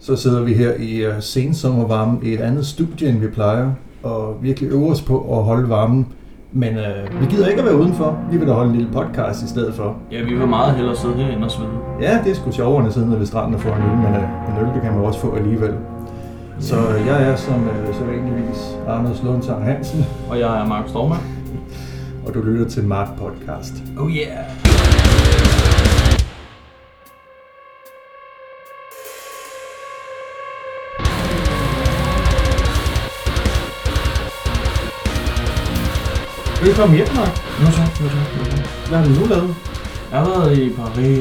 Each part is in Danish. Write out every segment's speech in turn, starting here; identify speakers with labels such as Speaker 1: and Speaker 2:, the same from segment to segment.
Speaker 1: Så sidder vi her i øh, sensommervarmen i et andet studie, end vi plejer, og virkelig øver os på at holde varmen. Men øh, vi gider ikke at være udenfor. Vi vil da holde en lille podcast i stedet for.
Speaker 2: Ja, vi vil meget hellere sidde herinde og svede.
Speaker 1: Ja, det er sgu sjovere, end at sidde nede ved stranden og få en øl, men øh, en øl det kan man jo også få alligevel. Så øh, jeg er som øh, sædvanligvis Anders Lundsang Hansen,
Speaker 2: Og jeg er Markus Stormann.
Speaker 1: og du lytter til Mark Podcast.
Speaker 2: Oh yeah!
Speaker 1: Velkommen hjem, Mark.
Speaker 2: Nu så, nu så, nu så.
Speaker 1: Hvad har du nu lavet?
Speaker 2: Jeg har været i Paris,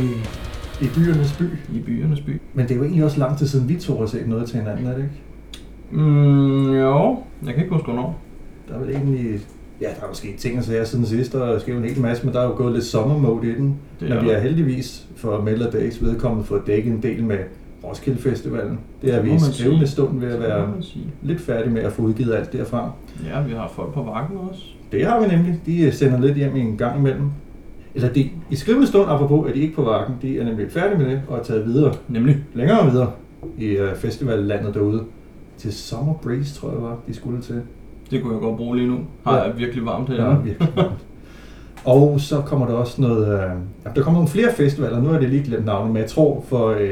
Speaker 1: I byernes by.
Speaker 2: i byernes by.
Speaker 1: Men det er jo egentlig også lang tid siden, vi to har set noget til hinanden, er det ikke?
Speaker 2: Mm, jo, jeg kan ikke huske hvornår.
Speaker 1: Der er vel egentlig... Ja, der er måske ting og sager siden sidst, og der sker jo en hel masse, men der er jo gået lidt sommermode i den.
Speaker 2: Det
Speaker 1: Men vi
Speaker 2: der.
Speaker 1: har heldigvis for Melder Dags vedkommende fået dækket en del med Roskilde Festivalen. Det er
Speaker 2: Det
Speaker 1: vi
Speaker 2: må
Speaker 1: i
Speaker 2: man
Speaker 1: skrivende
Speaker 2: sige.
Speaker 1: stund ved at
Speaker 2: Det må
Speaker 1: være
Speaker 2: man sige.
Speaker 1: lidt færdige med at få udgivet alt derfra.
Speaker 2: Ja, vi har folk på vakken også.
Speaker 1: Det har vi nemlig. De øh, sender lidt hjem en gang imellem. Eller de, i skrivende stund, apropos, er de ikke på varken. De er nemlig færdige med det og er taget videre,
Speaker 2: Nemlig.
Speaker 1: længere videre i øh, festivallandet derude. Til Summer Breeze, tror jeg var, de skulle til.
Speaker 2: Det kunne jeg godt bruge lige nu. Har
Speaker 1: Ja.
Speaker 2: jeg virkelig varmt
Speaker 1: Ja,
Speaker 2: herinde.
Speaker 1: virkelig. Og så kommer der også noget... Øh, ja, der kommer nogle flere festivaler, nu er det lige glemt navnet, men jeg tror for... Øh,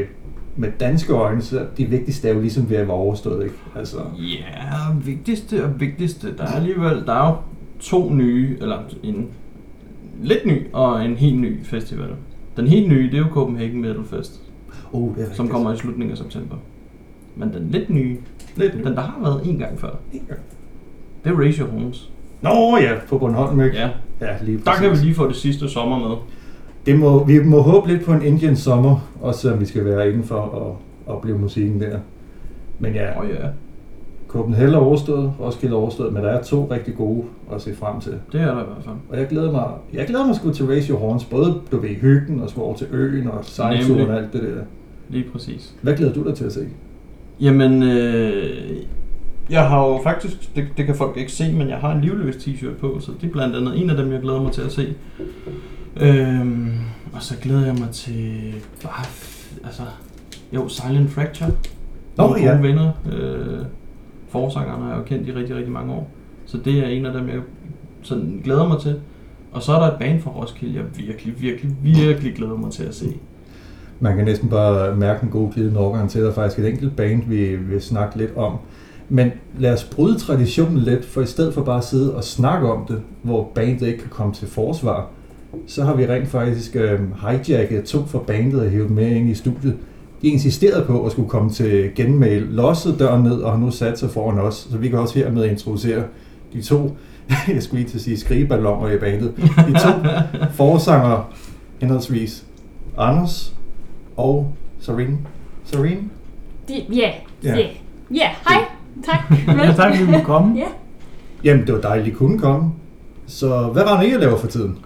Speaker 1: med danske øjne, så de vigtigste er jo ligesom ved at være overstået, ikke? Altså,
Speaker 2: Ja, vigtigste og vigtigste. Der er alligevel, der er jo to nye, eller en lidt ny og en helt ny festival. Den helt nye, det er jo Copenhagen Metal Fest,
Speaker 1: oh, det er rigtigt.
Speaker 2: som kommer i slutningen af september. Men den lidt nye,
Speaker 1: lidt
Speaker 2: Den, der har været en gang før. Det er Raise Your Horns.
Speaker 1: Nå ja, på Bornholm, ikke?
Speaker 2: Ja,
Speaker 1: ja lige
Speaker 2: der
Speaker 1: præcis.
Speaker 2: kan vi lige få det sidste sommer med.
Speaker 1: Det må, vi må håbe lidt på en Indian sommer, også selvom vi skal være indenfor og opleve musikken der. Men ja,
Speaker 2: Og ja,
Speaker 1: Copenhagen er overstået, Roskilde er overstået, men der er to rigtig gode at se frem til.
Speaker 2: det er der i hvert fald.
Speaker 1: Og jeg glæder mig, jeg glæder mig sgu til Raise Your Horns, både du ved hyggen og skulle over til øen og sejlturen og
Speaker 2: Nemlig.
Speaker 1: alt det der.
Speaker 2: Lige præcis.
Speaker 1: Hvad glæder du dig til at se?
Speaker 2: Jamen, øh, jeg har jo faktisk, det, det kan folk ikke se, men jeg har en livløs t-shirt på, så det er blandt andet en af dem, jeg glæder mig til at se. Øhm, og så glæder jeg mig til bare, f- altså, jo, Silent Fracture.
Speaker 1: Nå,
Speaker 2: Nogle
Speaker 1: ja.
Speaker 2: gode venner. Øh, forsangerne har jeg jo kendt i rigtig, rigtig mange år. Så det er en af dem, jeg sådan glæder mig til. Og så er der et band fra Roskilde, jeg virkelig, virkelig, virkelig glæder mig til at se.
Speaker 1: Man kan næsten bare mærke en god glidende overgang til, at der er faktisk et enkelt band, vi vil snakke lidt om. Men lad os bryde traditionen lidt, for i stedet for bare at sidde og snakke om det, hvor bandet ikke kan komme til forsvar, så har vi rent faktisk øh, hijacket to fra bandet og hævet dem med ind i studiet. De insisterede på at skulle komme til genmail, lossede døren ned og har nu sat sig foran os, så vi kan også hermed introducere de to, jeg skulle lige til at sige skrigeballoner i bandet, de to forsanger henholdsvis Anders og Serene. Serene?
Speaker 3: De, ja,
Speaker 1: Ja.
Speaker 3: ja, ja, hej, tak.
Speaker 4: Ja, tak, fordi vi måtte komme.
Speaker 3: ja.
Speaker 1: Jamen, det var dejligt, at I kunne komme. Så hvad var det, I laver for tiden?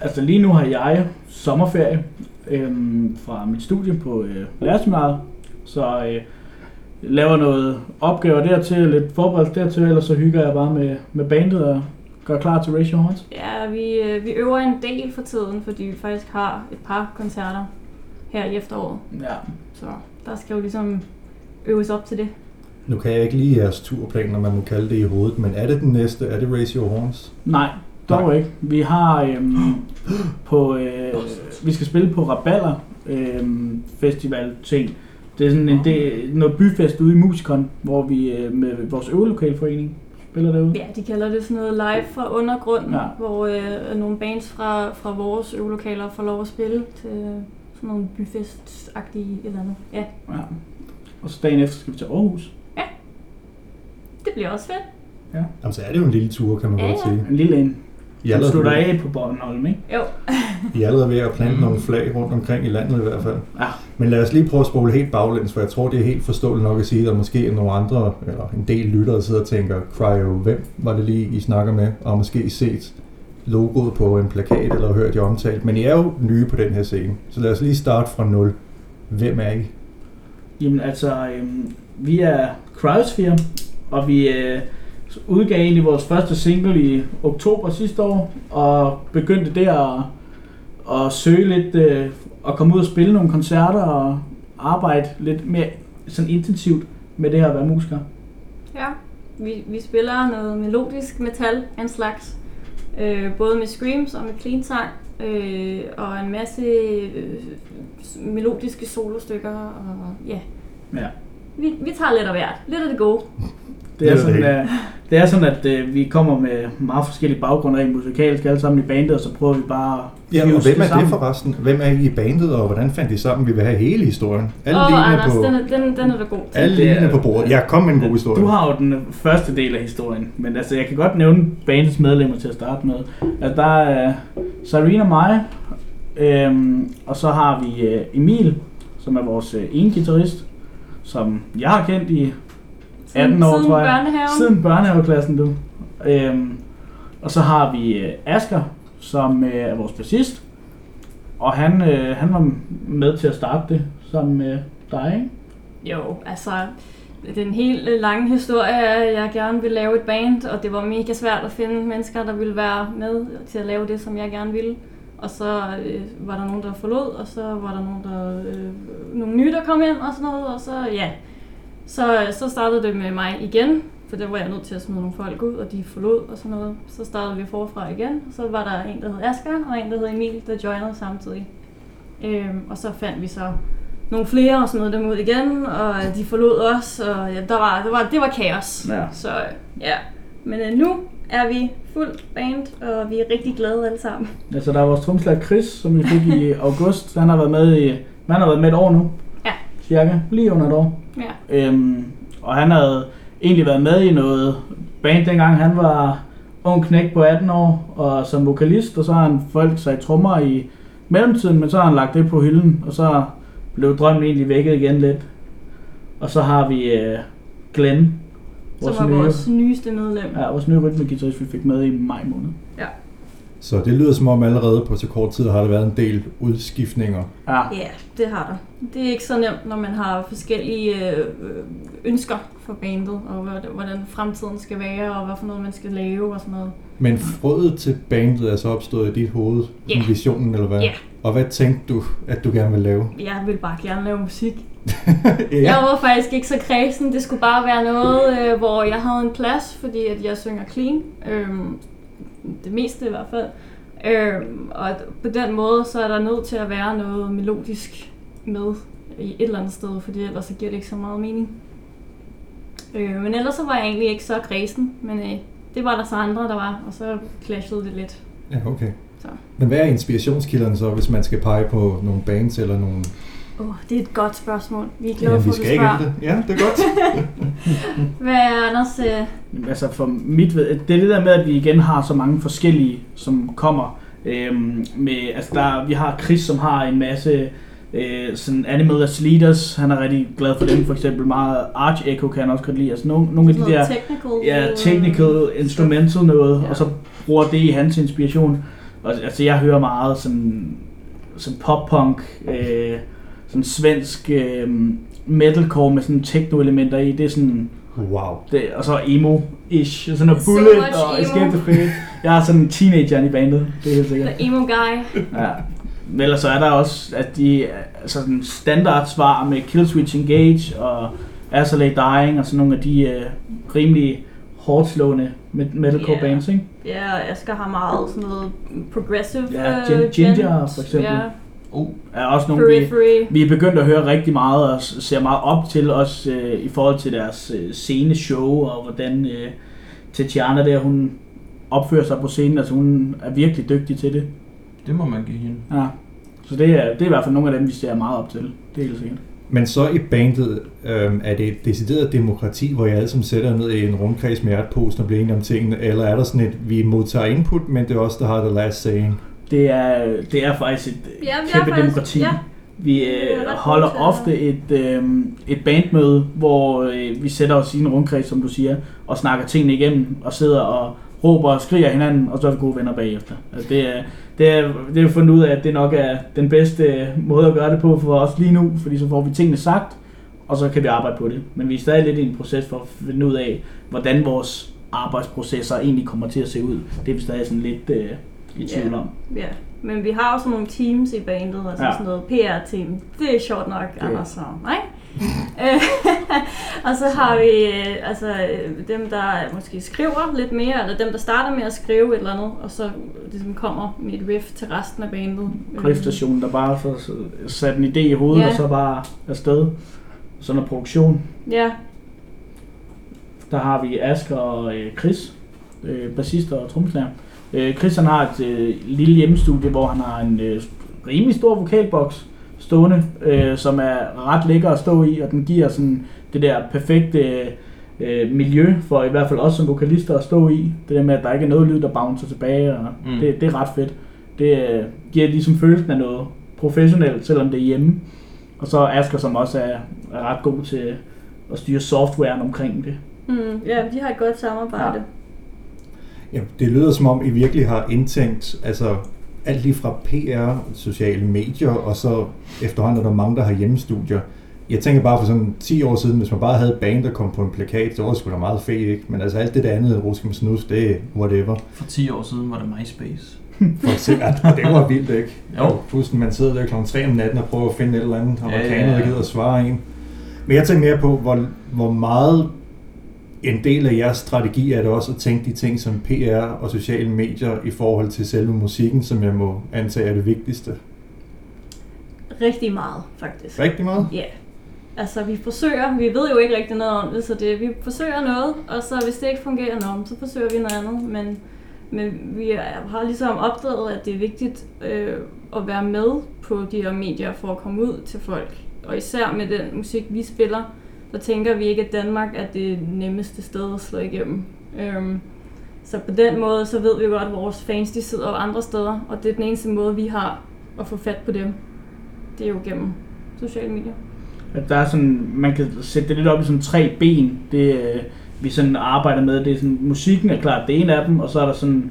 Speaker 4: Altså lige nu har jeg sommerferie øhm, fra mit studie på øh, lærerseminaret, så øh, laver noget opgaver dertil, lidt forberedelse dertil, ellers så hygger jeg bare med, med bandet og gør klar til Ratio Horns.
Speaker 3: ja vi, øh, vi øver en del for tiden, fordi vi faktisk har et par koncerter her i efteråret.
Speaker 4: Ja.
Speaker 3: Så der skal jo ligesom øves op til det.
Speaker 1: Nu kan jeg ikke lige jeres turplan, når man må kalde det i hovedet, men er det den næste? Er det Raise Your Horns?
Speaker 4: Nej, dog
Speaker 1: Nej.
Speaker 4: ikke. Vi har øhm, på, øh, vi skal spille på Raballer øhm, festival ting. Det er sådan en, det er noget byfest ude i Musikon, hvor vi øh, med vores øvelokalforening spiller derude.
Speaker 3: Ja, de kalder det sådan noget live fra undergrunden,
Speaker 4: Ja.
Speaker 3: hvor øh, nogle bands fra, fra vores øvelokaler får lov at spille til sådan nogle byfestagtige et eller andet. Ja,
Speaker 4: Ja. Og så dagen efter skal vi til Aarhus.
Speaker 3: det bliver også fedt.
Speaker 1: Jamen, så er det jo en lille tur, kan man
Speaker 3: Ja,
Speaker 1: godt
Speaker 3: ja.
Speaker 1: sige.
Speaker 4: En lille en.
Speaker 1: I er
Speaker 4: Jeg slutter
Speaker 1: allerede,
Speaker 4: af på Bornholm, ikke?
Speaker 3: Jo,
Speaker 1: I er allerede ved at plante
Speaker 2: Mm.
Speaker 1: nogle flag rundt omkring i landet i hvert fald.
Speaker 4: Mhm. Ja.
Speaker 1: Men lad os lige prøve at spole helt baglæns, for jeg tror, det er helt forståeligt nok at sige, at der måske er nogle andre, eller en del lyttere, der sidder og tænker, Cryo, hvem var det lige, I snakker med, og har måske set logoet på en plakat, eller hørt jer omtalt. Men I er jo nye på den her scene, så lad os lige starte fra nul. Hvem er I?
Speaker 4: Jamen altså, øhm, vi er Cryosphere, og vi øh, udgav egentlig vores første single i oktober sidste år, og begyndte der at, at søge lidt, øh, at komme ud og spille nogle koncerter og arbejde lidt mere sådan intensivt med det her at være musiker?
Speaker 3: Ja, vi, vi spiller noget melodisk metal af en slags. Øh, både med screams og med clean sang. Øh, og en masse øh, s- melodiske solostykker. Og, ja.
Speaker 4: Ja.
Speaker 3: Vi, vi tager lidt af hvert. Lidt af det gode.
Speaker 4: Det er,
Speaker 1: Det er
Speaker 4: sådan,
Speaker 1: det
Speaker 4: at, det er sådan, at øh, vi kommer med meget forskellige baggrunde rent musikalsk, alle sammen i bandet, og så prøver vi bare at
Speaker 1: Ja, og
Speaker 4: fuse
Speaker 1: hvem er det
Speaker 4: sammen.
Speaker 1: forresten? Hvem er I i bandet, og hvordan fandt I sammen? Vi vil have hele historien. Alle
Speaker 3: Åh,
Speaker 1: linjer
Speaker 3: Anders,
Speaker 1: på,
Speaker 3: den, er, den, den er du god til.
Speaker 1: alle
Speaker 4: Det er-
Speaker 1: linjer på bordet. Ja, kom med en god historie.
Speaker 4: Du har jo den første del af historien, men altså, jeg kan godt nævne bandets medlemmer til at starte med. Altså, der er Sarina og mig, øhm, og så har vi øh, Emil, som er vores øh, ene guitarist, som jeg har kendt i 18 år,
Speaker 3: siden
Speaker 4: tror jeg.
Speaker 3: børnehaven.
Speaker 4: Siden børnehaveklassen, du. Øhm, og så har vi øh, Asker, som øh, er vores bassist. Og han, øh, han var med til at starte det sammen med dig, ikke?
Speaker 3: Jo, altså den helt øh, lange historie er, at jeg gerne ville lave et band, og det var mega svært at finde mennesker, der ville være med til at lave det, som jeg gerne ville. Og så øh, var der nogen, der forlod, og så var der nogen, der, øh, nogle nye, der kom ind og sådan noget, og så ja. Så, øh, så startede det med mig igen, for der var jeg nødt til at smide nogle folk ud, og de forlod og sådan noget. Så startede vi forfra igen, så var der en, der hed Asger, og en, der hed Emil, der joinede samtidig. Øhm, og så fandt vi så nogle flere og smed dem ud igen, og øh, de forlod os, og ja, der var, det, var, det var kaos.
Speaker 4: Ja.
Speaker 3: Så ja, men øh, nu er vi fuldt band, og vi er rigtig glade alle sammen.
Speaker 4: Altså, der er vores tromslærer Chris, som vi fik i august. Han har været med i, han har været med et år nu.
Speaker 3: Ja.
Speaker 4: Cirka. Lige under et år.
Speaker 3: Ja.
Speaker 4: Øhm, og han havde egentlig været med i noget band dengang. Han var ung knæk på 18 år og som vokalist, og så har han folk sig i trommer i mellemtiden, men så har han lagt det på hylden, og så blev drømmen egentlig vækket igen lidt. Og så har vi øh, Glenn,
Speaker 3: Som var vores nyeste medlem.
Speaker 4: ja, vores nye rytmegitarist, vi fik med i maj måned.
Speaker 1: Så det lyder som om allerede på så kort tid har der været en del udskiftninger.
Speaker 4: Ja,
Speaker 3: Ja, det har der. Det er ikke så nemt, når man har forskellige øh, øh, ønsker for bandet, og hvordan- hvordan fremtiden skal være, og hvad for noget man skal lave og sådan noget.
Speaker 1: Men frøet til bandet er så opstået i dit hoved,
Speaker 3: Ja.
Speaker 1: yeah. visionen eller hvad?
Speaker 3: Ja.
Speaker 1: Og hvad tænkte du, at du gerne vil lave?
Speaker 3: Jeg vil bare gerne lave musik. Jeg var faktisk ikke så kredsen. Det skulle bare være noget, øh, hvor jeg havde en plads, fordi at jeg synger clean. Øhm, det meste i hvert fald. Øhm, og at på den måde, så er der nødt til at være noget melodisk med i et eller andet sted, fordi ellers så giver det ikke så meget mening. Øh, men ellers så var jeg egentlig ikke så kredsen, men øh, det var der så andre, der var, og så clashede det lidt.
Speaker 1: Ja, okay.
Speaker 3: Så.
Speaker 1: Men hvad er inspirationskilderne så, hvis man skal pege på nogle bands eller nogle...
Speaker 3: Åh, oh, det er et godt spørgsmål. Vi er glade
Speaker 1: Ja,
Speaker 3: for,
Speaker 1: vi
Speaker 3: at du
Speaker 1: skal ikke
Speaker 3: spørger.
Speaker 1: ændre det. Ja, det er godt.
Speaker 3: Hvad er Anders? Øh,
Speaker 4: Jamen, Altså for mit ved, det er det der med, at vi igen har så mange forskellige, som kommer. Øhm, med, altså der, vi har Chris, som har en masse øh, sådan anime as leaders. Han er rigtig glad for dem, for eksempel meget Arch Echo kan han også godt lide. Altså nogle, nogle af de
Speaker 3: noget
Speaker 4: der
Speaker 3: technical? øh,
Speaker 4: ja, technical, instrumental noget,
Speaker 3: Ja.
Speaker 4: og så bruger det i hans inspiration. Og, altså jeg hører meget sådan, sådan pop-punk, øh, sådan svensk øh, metalcore med sådan techno-elementer i. Det er sådan,
Speaker 1: Wow.
Speaker 4: det, og så emo-ish, og sådan noget
Speaker 3: So
Speaker 4: bullet
Speaker 3: much
Speaker 4: og
Speaker 3: emo.
Speaker 4: escape the fate. Jeg er sådan en teenager i bandet, det er helt sikkert.
Speaker 3: The emo guy.
Speaker 4: Ja. Men ellers så er der også, at de altså sådan standardsvar med Killswitch Engage og Azalea Dying og sådan nogle af de øh, rimelig hårdt slående med metalcore
Speaker 3: Ja.
Speaker 4: yeah. bands, ikke?
Speaker 3: Ja, og Asger har meget sådan noget progressive...
Speaker 4: Ja,
Speaker 3: øh,
Speaker 4: Gin-
Speaker 3: band.
Speaker 4: Ginger for eksempel.
Speaker 3: Ja,
Speaker 2: Oh,
Speaker 4: Er også nogle, vi,
Speaker 3: Periphery.
Speaker 4: vi er begyndt at høre rigtig meget og s- ser meget op til os øh, i forhold til deres øh, sceneshow og hvordan øh, Tatiana der, hun opfører sig på scenen, altså hun er virkelig dygtig til det.
Speaker 2: det må man give hende.
Speaker 4: Ja. Så det er, det er i hvert fald nogle af dem, vi ser meget op til. Det er helt sikkert.
Speaker 1: Men så i bandet øhm, er det et decideret demokrati, hvor jeg alle sammen sætter jer ned i en rundkreds med hjertposen og bliver enige om tingene, eller er der sådan et, vi modtager input, men det er os, der har the last saying?
Speaker 4: Det er, det er faktisk et
Speaker 3: Ja,
Speaker 4: ja,
Speaker 3: vi er
Speaker 4: kæmpe
Speaker 3: faktisk-
Speaker 4: demokrati.
Speaker 3: ja.
Speaker 4: Vi
Speaker 3: Det er ret
Speaker 4: øh,
Speaker 3: gode
Speaker 4: holder
Speaker 3: til at-
Speaker 4: ofte et, øh, et bandmøde, hvor øh, vi sætter os i en rundkreds, som du siger, og snakker tingene igennem, og sidder og råber og skriger af hinanden, og så er vi gode venner bagefter. Altså, det, er, det, er, det er fundet ud af, at det nok er den bedste øh, måde at gøre det på for os lige nu, fordi så får vi tingene sagt, og så kan vi arbejde på det. Men vi er stadig lidt i en proces for at finde ud af, hvordan vores arbejdsprocesser egentlig kommer til at se ud. Det er vi stadig sådan lidt øh, i tvivl
Speaker 3: Ja.
Speaker 4: om.
Speaker 3: Ja. Men vi har også nogle teams i bandet, altså
Speaker 4: Ja.
Speaker 3: sådan noget PR-team. Det er sjovt nok, Anders og mig. Øh, og så har vi øh, altså, øh, dem, der måske skriver lidt mere, eller dem, der starter med at skrive et eller andet, og så ligesom kommer med et riff til resten af bandet.
Speaker 4: Driftstationen, Mm. der bare får sat en idé i hovedet,
Speaker 3: Ja.
Speaker 4: og så bare afsted. Så når produktion,
Speaker 3: Øh, Ja,
Speaker 4: der har vi Asger og øh, Chris, øh, bassister og tromslærer. Øh, Chris han har et øh, lille hjemmestudie, hvor han har en øh, rimelig stor vokalboks stående, øh, som er ret lækker at stå i, og den giver sådan det der perfekte øh, øh, miljø for i hvert fald os som vokalister at stå i. Det der med, at der ikke er noget lyd, der bouncer tilbage, og
Speaker 2: Mm.
Speaker 4: mm. det, det er ret fedt. Det øh, giver ligesom følelsen af noget professionelt, selvom det er hjemme. Og så Asger, som også er, er ret god til at styre softwaren omkring det.
Speaker 3: mm, ja, de har et godt samarbejde.
Speaker 1: Ja, det lyder som om, I virkelig har indtænkt altså, alt lige fra PR, sociale medier, og så efterhånden er der mange, der har hjemmestudier. Jeg tænker bare for sådan 10 år siden, hvis man bare havde et band, der kom på en plakat, så var det sgu da meget fedt, ikke? Men altså alt det der andet, Ruskim Snus, det er whatever.
Speaker 2: For 10 år siden var det MySpace.
Speaker 1: For sikkert, og det var vildt, ikke?
Speaker 2: Jo.
Speaker 1: Og Pludselig man sidder der kl. 3 om natten og prøver at finde et eller andet
Speaker 2: Ja,
Speaker 1: amerikaner,
Speaker 2: ja, ja.
Speaker 1: der gider at svare en. Men jeg tænker mere på, hvor, hvor meget en del af jeres strategi er det også at tænke de ting som PR og sociale medier i forhold til selve musikken, som jeg må antage er det vigtigste.
Speaker 3: Rigtig meget, faktisk.
Speaker 1: Rigtig meget?
Speaker 3: Ja. Altså, vi forsøger, vi ved jo ikke rigtig noget om det, så det, vi forsøger noget, og så hvis det ikke fungerer noget, så forsøger vi noget andet, men, men vi er- har ligesom opdaget, at det er vigtigt øh, at være med på de her medier for at komme ud til folk. Og især med den musik, vi spiller, så tænker vi ikke, at Danmark er det nemmeste sted at slå igennem. Øhm, så på den måde, så ved vi godt, at vores fans de sidder jo andre steder, og det er den eneste måde, vi har at få fat på dem. Det er jo gennem sociale medier.
Speaker 4: At der er sådan, man kan sætte det lidt op i sådan tre ben, det øh, vi sådan arbejder med. Det er sådan, musikken er klart det ene af dem, og så er der sådan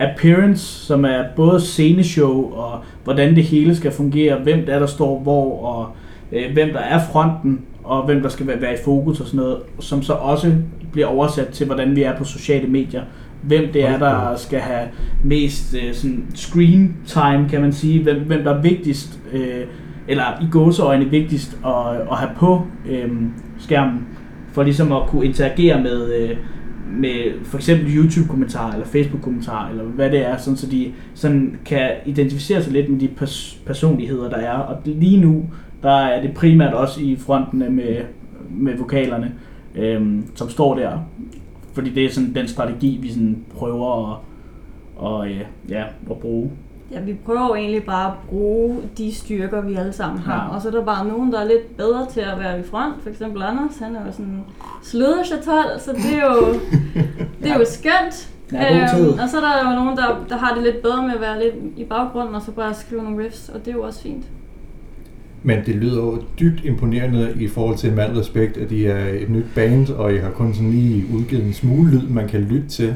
Speaker 4: appearance, som er både sceneshow og hvordan det hele skal fungere, hvem det er, der står hvor, og øh, hvem der er fronten, og hvem der skal være, være i fokus og sådan noget, som så også bliver oversat til, hvordan vi er på sociale medier. Hvem det er, der skal have mest øh, sådan screen time, kan man sige. Hvem, hvem der er vigtigst øh, eller i gåseøjne vigtigst at, at have på øhm, skærmen, for ligesom at kunne interagere med, øh, med for eksempel YouTube-kommentarer, eller Facebook-kommentarer, eller hvad det er, sådan, så de sådan kan identificere sig lidt med de pers- personligheder, der er. Og det- lige nu, der er det primært også i fronten af med, med vokalerne, øhm, som står der. Fordi det er sådan den strategi, vi sådan prøver at, og, øh, ja, at bruge.
Speaker 3: Ja, vi prøver jo egentlig bare at bruge de styrker, vi alle sammen har.
Speaker 4: Ja.
Speaker 3: Og så er der bare nogen, der er lidt bedre til at være i front. For eksempel Anders, han er jo sådan sløderchatol, så det er jo, det er jo skønt. Øhm,
Speaker 4: Ja, god tid.
Speaker 3: og så er der jo nogen, der, der har det lidt bedre med at være lidt i baggrunden, og så bare skrive nogle riffs, og det er jo også fint.
Speaker 1: Men det lyder jo dybt imponerende i forhold til med al respekt, at I er et nyt band, og I har kun sådan lige udgivet en smule lyd, man kan lytte til.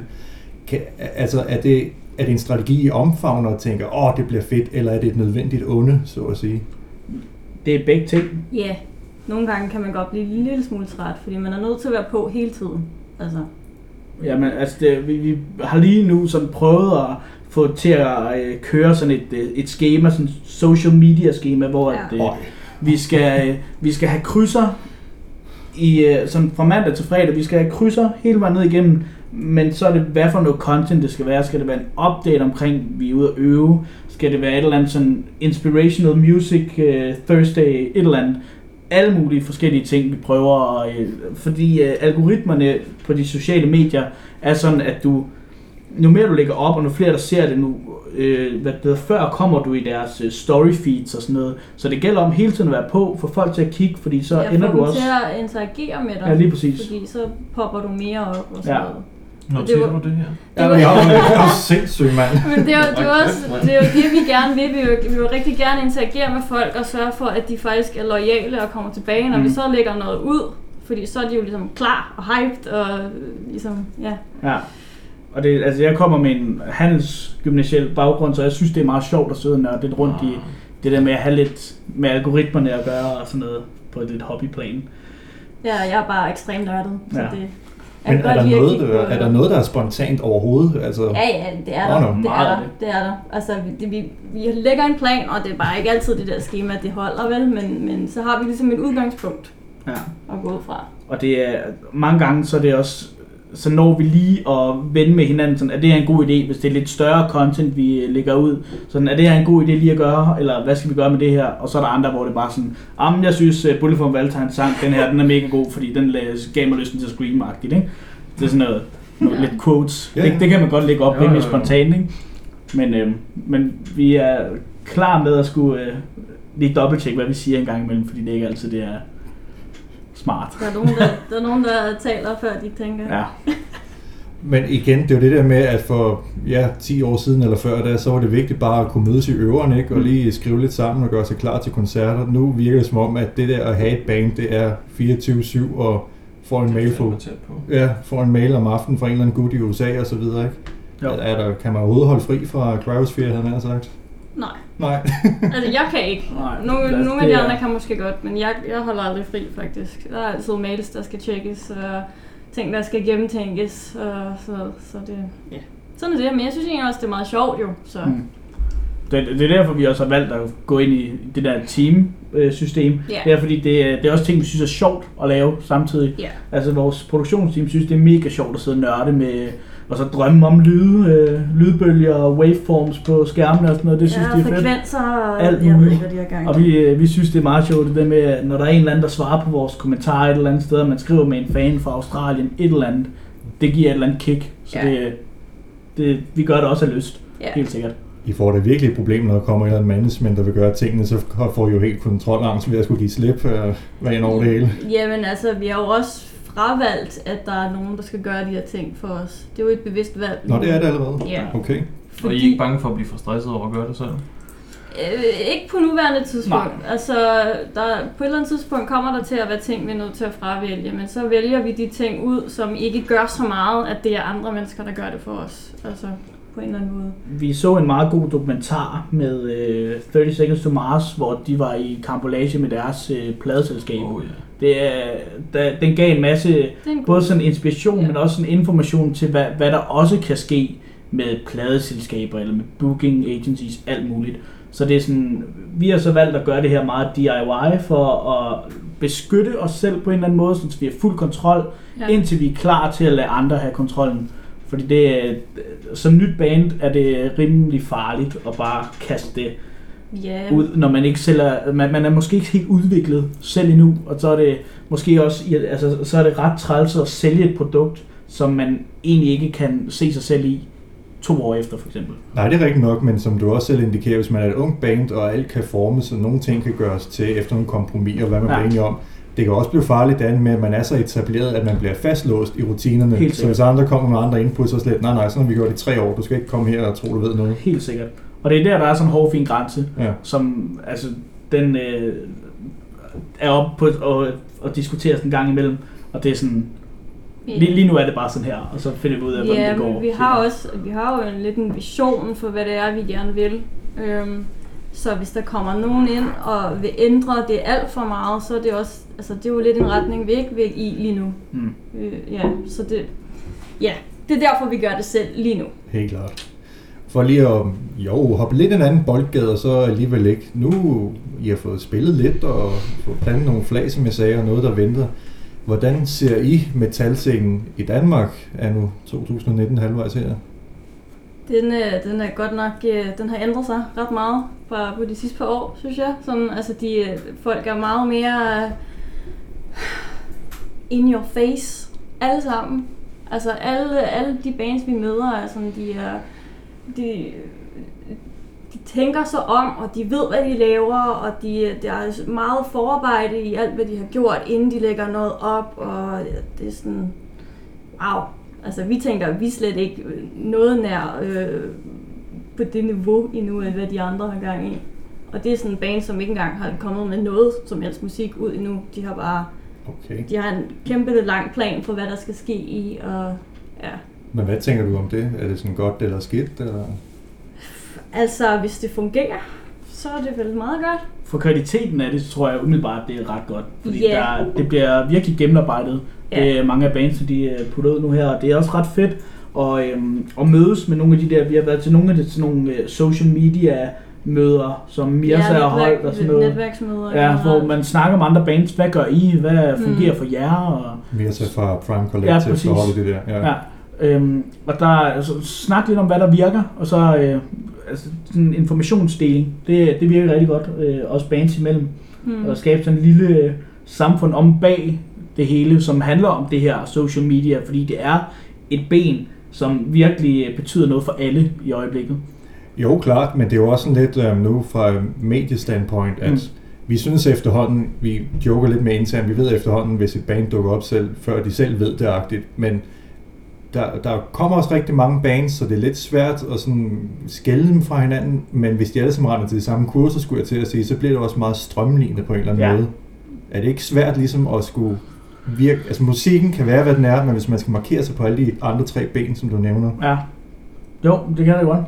Speaker 1: Kan, altså, er det, er det en strategi, I omfavner og tænker, åh, det bliver fedt, eller er det et nødvendigt onde, så at sige?
Speaker 4: Det er begge ting.
Speaker 3: Ja, yeah. nogle gange kan man godt blive en lille smule træt, fordi man er nødt til at være på hele tiden. Altså,
Speaker 4: Jamen, altså, det, vi, vi har lige nu sådan prøvet at få til at øh, køre sådan et, øh, et schema, sådan et social media schema, hvor
Speaker 3: Ja.
Speaker 4: ja. at, øh, vi, skal, øh, vi skal have krydser i, øh, sådan fra mandag til fredag. Vi skal have krydser hele vejen ned igennem, men så er det, hvad for noget content det skal være. Skal det være en update omkring, vi er ude at øve? Skal det være et eller andet sådan inspirational music øh, Thursday, et eller andet? alle mulige forskellige ting, vi prøver, at, øh, fordi øh, algoritmerne på de sociale medier er sådan, at du, nu mere du lægger op, og nu flere der ser det, nu øh, hvad det hedder, før kommer du i deres øh, story feeds og sådan noget, så det gælder om hele tiden at være på, for folk til at kigge, fordi så
Speaker 3: jeg
Speaker 4: ender
Speaker 3: får
Speaker 4: du
Speaker 3: dem
Speaker 4: også...
Speaker 3: til at interagere med dig,
Speaker 4: Ja, lige præcis.
Speaker 3: fordi så popper du mere op og sådan
Speaker 4: Ja.
Speaker 3: noget.
Speaker 2: Noterer du det her?
Speaker 1: Ja, men jeg er jo- jeg er jo sindssyg, mand.
Speaker 3: Men det er, jo, det, er jo
Speaker 2: Hold
Speaker 3: også,
Speaker 2: kæft, mand.
Speaker 3: det er jo det, vi gerne vil. Vi vil, jo- vi vil rigtig gerne interagere med folk og sørge for, at de faktisk er lojale og kommer tilbage, når mm. vi
Speaker 4: Mm.
Speaker 3: så lægger noget ud. Fordi så er de jo ligesom klar og hyped og øh, ligesom, ja.
Speaker 4: Ja. Og det, altså, jeg kommer med en handelsgymnasiel baggrund, så jeg synes, det er meget sjovt at sidde og nørde lidt rundt i
Speaker 2: Ah.
Speaker 4: det der med at have lidt med algoritmerne at gøre og sådan noget på et lidt hobbyplan.
Speaker 3: ja jeg er bare ekstremt nørdet, så
Speaker 4: Ja.
Speaker 3: det jeg
Speaker 1: Men
Speaker 3: kan
Speaker 1: er der,
Speaker 3: godt lide at
Speaker 1: noget,
Speaker 3: kigge
Speaker 1: der,
Speaker 3: på-
Speaker 1: er der noget, der er spontant overhovedet? Altså,
Speaker 3: Ja, ja, det er
Speaker 1: Nå,
Speaker 3: der.
Speaker 1: nå,
Speaker 3: det, er
Speaker 4: meget af
Speaker 3: der. det er der. Altså, vi, det, vi, vi lægger en plan, og det er bare ikke altid det der schema, det holder vel, men, men så har vi ligesom et udgangspunkt.
Speaker 4: Ja.
Speaker 3: at gå ud fra.
Speaker 4: Og det er mange gange, så er det også så når vi lige at vende med hinanden, sådan, er det her en god idé, hvis det er lidt større content, vi øh, lægger ud, sådan, er det her en god idé lige at gøre, eller hvad skal vi gøre med det her, og så er der andre, hvor det er bare sådan, jamen jeg synes, øh, Bullet for Valentine's sang, den her, den er mega god, fordi den lagde- gav mig lysten til at scream ikke? Det er sådan noget, noget lidt quotes,
Speaker 1: Ja,
Speaker 4: ja.
Speaker 1: ja.
Speaker 4: det, det, kan man godt lægge op
Speaker 2: Jo,
Speaker 4: ja, rimelig
Speaker 2: jo, jo.
Speaker 4: spontant, ikke? Men, øh, men vi er klar med at skulle øh, lige dobbelttjekke, hvad vi siger en gang imellem, fordi det er ikke altid det er smart.
Speaker 3: Der er nogen, der, der, er nogen, der taler, før de tænker.
Speaker 4: Ja.
Speaker 1: Men igen, det er jo det der med, at for ja, 10 år siden eller før, da, så var det vigtigt bare at kunne mødes i øveren, ikke? og
Speaker 4: Mm.
Speaker 1: lige skrive lidt sammen og gøre sig klar til koncerter. Nu virker det som om, at det der at have et band, det er 24-7 og får en mail på.
Speaker 2: Det er på.
Speaker 1: Ja, får en mail om aftenen fra en eller anden gut i USA og så videre, ikke?
Speaker 4: Jo.
Speaker 1: Er der, kan man overhovedet holde fri fra cryosphere, havde jeg nær sagt?
Speaker 3: Nej,
Speaker 1: Nej.
Speaker 3: altså jeg kan ikke.
Speaker 4: Nej,
Speaker 3: Nogle,
Speaker 4: altså,
Speaker 3: nogle af
Speaker 4: det
Speaker 3: de
Speaker 4: er-
Speaker 3: andre kan måske godt, men jeg, jeg holder aldrig fri faktisk. Der er altid mails, der skal tjekkes, og ting, der skal gennemtænkes, og så, så det... Ja. Sådan er det, men jeg synes egentlig også, det er meget sjovt jo, så...
Speaker 4: Mm. Det, det er derfor, vi også har valgt at gå ind i det der team-system.
Speaker 3: Ja.
Speaker 4: Det er fordi, det, er- det er også ting, vi synes er sjovt at lave samtidig.
Speaker 3: Ja.
Speaker 4: Altså vores produktionsteam synes, det er mega sjovt at sidde og nørde med, og så drømme om lyde, øh, lydbølger og waveforms på skærmene og sådan noget. Det synes
Speaker 3: ja,
Speaker 4: de er fedt.
Speaker 3: frekvenser og
Speaker 4: Alt
Speaker 3: jeg ved
Speaker 4: muligt.
Speaker 3: ikke, hvad de har gang i.
Speaker 4: Og vi, øh, vi synes, det er meget sjovt, det der med, at når der er en eller anden, der svarer på vores kommentarer et eller andet sted, og man skriver med en fan fra Australien, et eller andet, det giver et eller andet kick. Så
Speaker 3: Ja.
Speaker 4: det, det, vi gør det også af lyst,
Speaker 3: Ja.
Speaker 4: helt sikkert.
Speaker 1: I får da virkelig et problem, når der kommer et eller andet management, der vil gøre tingene, så får I jo helt kontrolangst ved at skulle give slip øh, ren over det hele.
Speaker 3: Jamen altså, vi har jo også fravalgt, at der er nogen, der skal gøre de her ting for os. Det er jo et bevidst valg.
Speaker 1: Nå, det er det allerede.
Speaker 3: Ja,
Speaker 1: Okay.
Speaker 2: Og I
Speaker 3: fordi,
Speaker 2: er ikke bange for at blive for stresset over at gøre det selv?
Speaker 3: øh, ikke på nuværende tidspunkt. Nej. Altså, der, på et eller andet tidspunkt kommer der til at være ting, vi er nødt til at fravælge, men så vælger vi de ting ud, som ikke gør så meget, at det er andre mennesker, der gør det for os. Altså, på en eller anden måde.
Speaker 4: Vi så en meget god dokumentar med øh, 30 Seconds to Mars, hvor de var i kampolage med deres øh, pladeselskab. Oh.
Speaker 2: Åh, ja.
Speaker 4: Det er, der, den gav en masse,
Speaker 3: Det er en god...
Speaker 4: både sådan inspiration, ja. men også sådan information til, hvad, hvad der også kan ske med pladeselskaber eller med booking agencies, alt muligt. Så det er sådan, vi har så valgt at gøre det her meget DIY for at beskytte os selv på en eller anden måde, så vi har fuld kontrol ja.
Speaker 3: Ja.
Speaker 4: indtil vi er klar til at lade andre have kontrollen. Fordi det, er- som nyt band er det rimelig farligt at bare kaste det
Speaker 3: ja.
Speaker 4: ud, når man ikke selv er, man, man er måske ikke helt udviklet selv endnu, og så er det måske også, i- altså, så er det ret træls at sælge et produkt, som man egentlig ikke kan se sig selv i to år efter for eksempel.
Speaker 1: Nej, det er rigtigt nok, men som du også selv indikerer, hvis man er et ung band, og alt kan formes, og nogle ting kan gøres til efter nogle kompromiser, hvad man
Speaker 4: Ja.
Speaker 1: ja. enige om, det kan også blive farligt det andet med, at man er så etableret, at man bliver fastlåst i rutinerne.
Speaker 4: Helt
Speaker 1: så hvis andre kommer med andre input, så slet, nej, nej, sådan har vi gjort i tre år, du skal ikke komme her og tro, du ved noget.
Speaker 4: Helt sikkert. Og det er der, der er sådan en hård fin grænse,
Speaker 1: Ja.
Speaker 4: som altså, den øh, er oppe på og, og diskuteres en gang imellem, og det er sådan, Lige, lige nu er det bare sådan her, og så finder vi ud af, hvordan
Speaker 3: Ja,
Speaker 4: det går.
Speaker 3: men vi har, også, vi har jo en, lidt en vision for, hvad det er, vi gerne vil. Øhm, så hvis der kommer nogen ind og vil ændre det alt for meget, så er det også, altså det er jo lidt en retning, vi ikke vil i lige nu.
Speaker 4: Mm.
Speaker 3: Øh, ja, så det, ja, det er derfor, vi gør det selv lige nu.
Speaker 1: Helt klart. For lige at jo, hoppe lidt en anden boldgade, og så alligevel ikke. Nu I har fået spillet lidt og fået plantet nogle flag, som jeg sagde, og noget, der venter. Hvordan ser I metalscenen i Danmark er nu 2019 halvvejs her?
Speaker 3: Den, øh, den er godt nok, øh, den har ændret sig ret meget fra på de sidste par år, synes jeg. Sådan, altså de, øh, folk er meget mere øh, in your face, alle sammen. Altså alle, alle de bands, vi møder, er sådan, de er, de, de tænker sig om, og de ved, hvad de laver, og de, der er meget forarbejde i alt, hvad de har gjort, inden de lægger noget op, og det er sådan, wow. Altså, vi tænker, at vi er slet ikke noget nær øh, på det niveau endnu, af hvad de andre har gang i. Og det er sådan en band, som ikke engang har kommet med noget som helst musik ud endnu. De har bare
Speaker 1: Okay.
Speaker 3: de har en kæmpe lang plan for, hvad der skal ske i, og ja.
Speaker 1: Men hvad tænker du om det? Er det sådan godt eller skidt? Eller?
Speaker 3: Altså, hvis det fungerer, så er det vel meget godt.
Speaker 4: For kvaliteten af det, så tror jeg umiddelbart, det er ret godt. Fordi
Speaker 3: Ja.
Speaker 4: der, det bliver virkelig gennemarbejdet.
Speaker 3: Ja.
Speaker 4: Det er mange af bandsene, de øh, putter ud nu her, og det er også ret fedt at, øhm, at mødes med nogle af de der, vi har været til nogle af de, til nogle øh, social media møder, som Mirza
Speaker 3: Ja,
Speaker 4: har holdt og sådan noget.
Speaker 3: Netværksmøder.
Speaker 4: Ja,
Speaker 3: generelt.
Speaker 4: hvor man snakker om andre bands. Hvad gør I? Hvad fungerer
Speaker 3: Mm.
Speaker 4: for jer? Og,
Speaker 1: Mere så fra Prime
Speaker 4: Ja,
Speaker 1: Collective,
Speaker 4: præcis.
Speaker 1: så holder det der. Ja.
Speaker 4: ja. Øhm, og der er altså, snak lidt om, hvad der virker, og så øh, altså, sådan en informationsdeling. Det, det virker rigtig godt, øh, også bands imellem.
Speaker 3: Mm.
Speaker 4: Og skabe sådan en lille øh, samfund om bag det hele, som handler om det her social media, fordi det er et ben, som virkelig øh, betyder noget for alle i øjeblikket.
Speaker 1: Jo, klart, men det er jo også sådan lidt øh, nu fra mediestandpoint, at
Speaker 4: Mm.
Speaker 1: mm. vi synes efterhånden, vi joker lidt med internt, vi ved efterhånden, hvis et band dukker op selv, før de selv ved det agtigt, men der, der kommer også rigtig mange bands, så det er lidt svært at sådan skælde dem fra hinanden, men hvis de alle sammen render til de samme kurser, skulle jeg til at sige, så bliver det også meget strømlignet på en eller anden
Speaker 4: Ja.
Speaker 1: ja. måde. Er det ikke svært ligesom at skulle virke, altså musikken kan være, hvad den er, men hvis man skal markere sig på alle de andre tre ben, som du nævner,
Speaker 4: Ja. Jo, det kan det godt.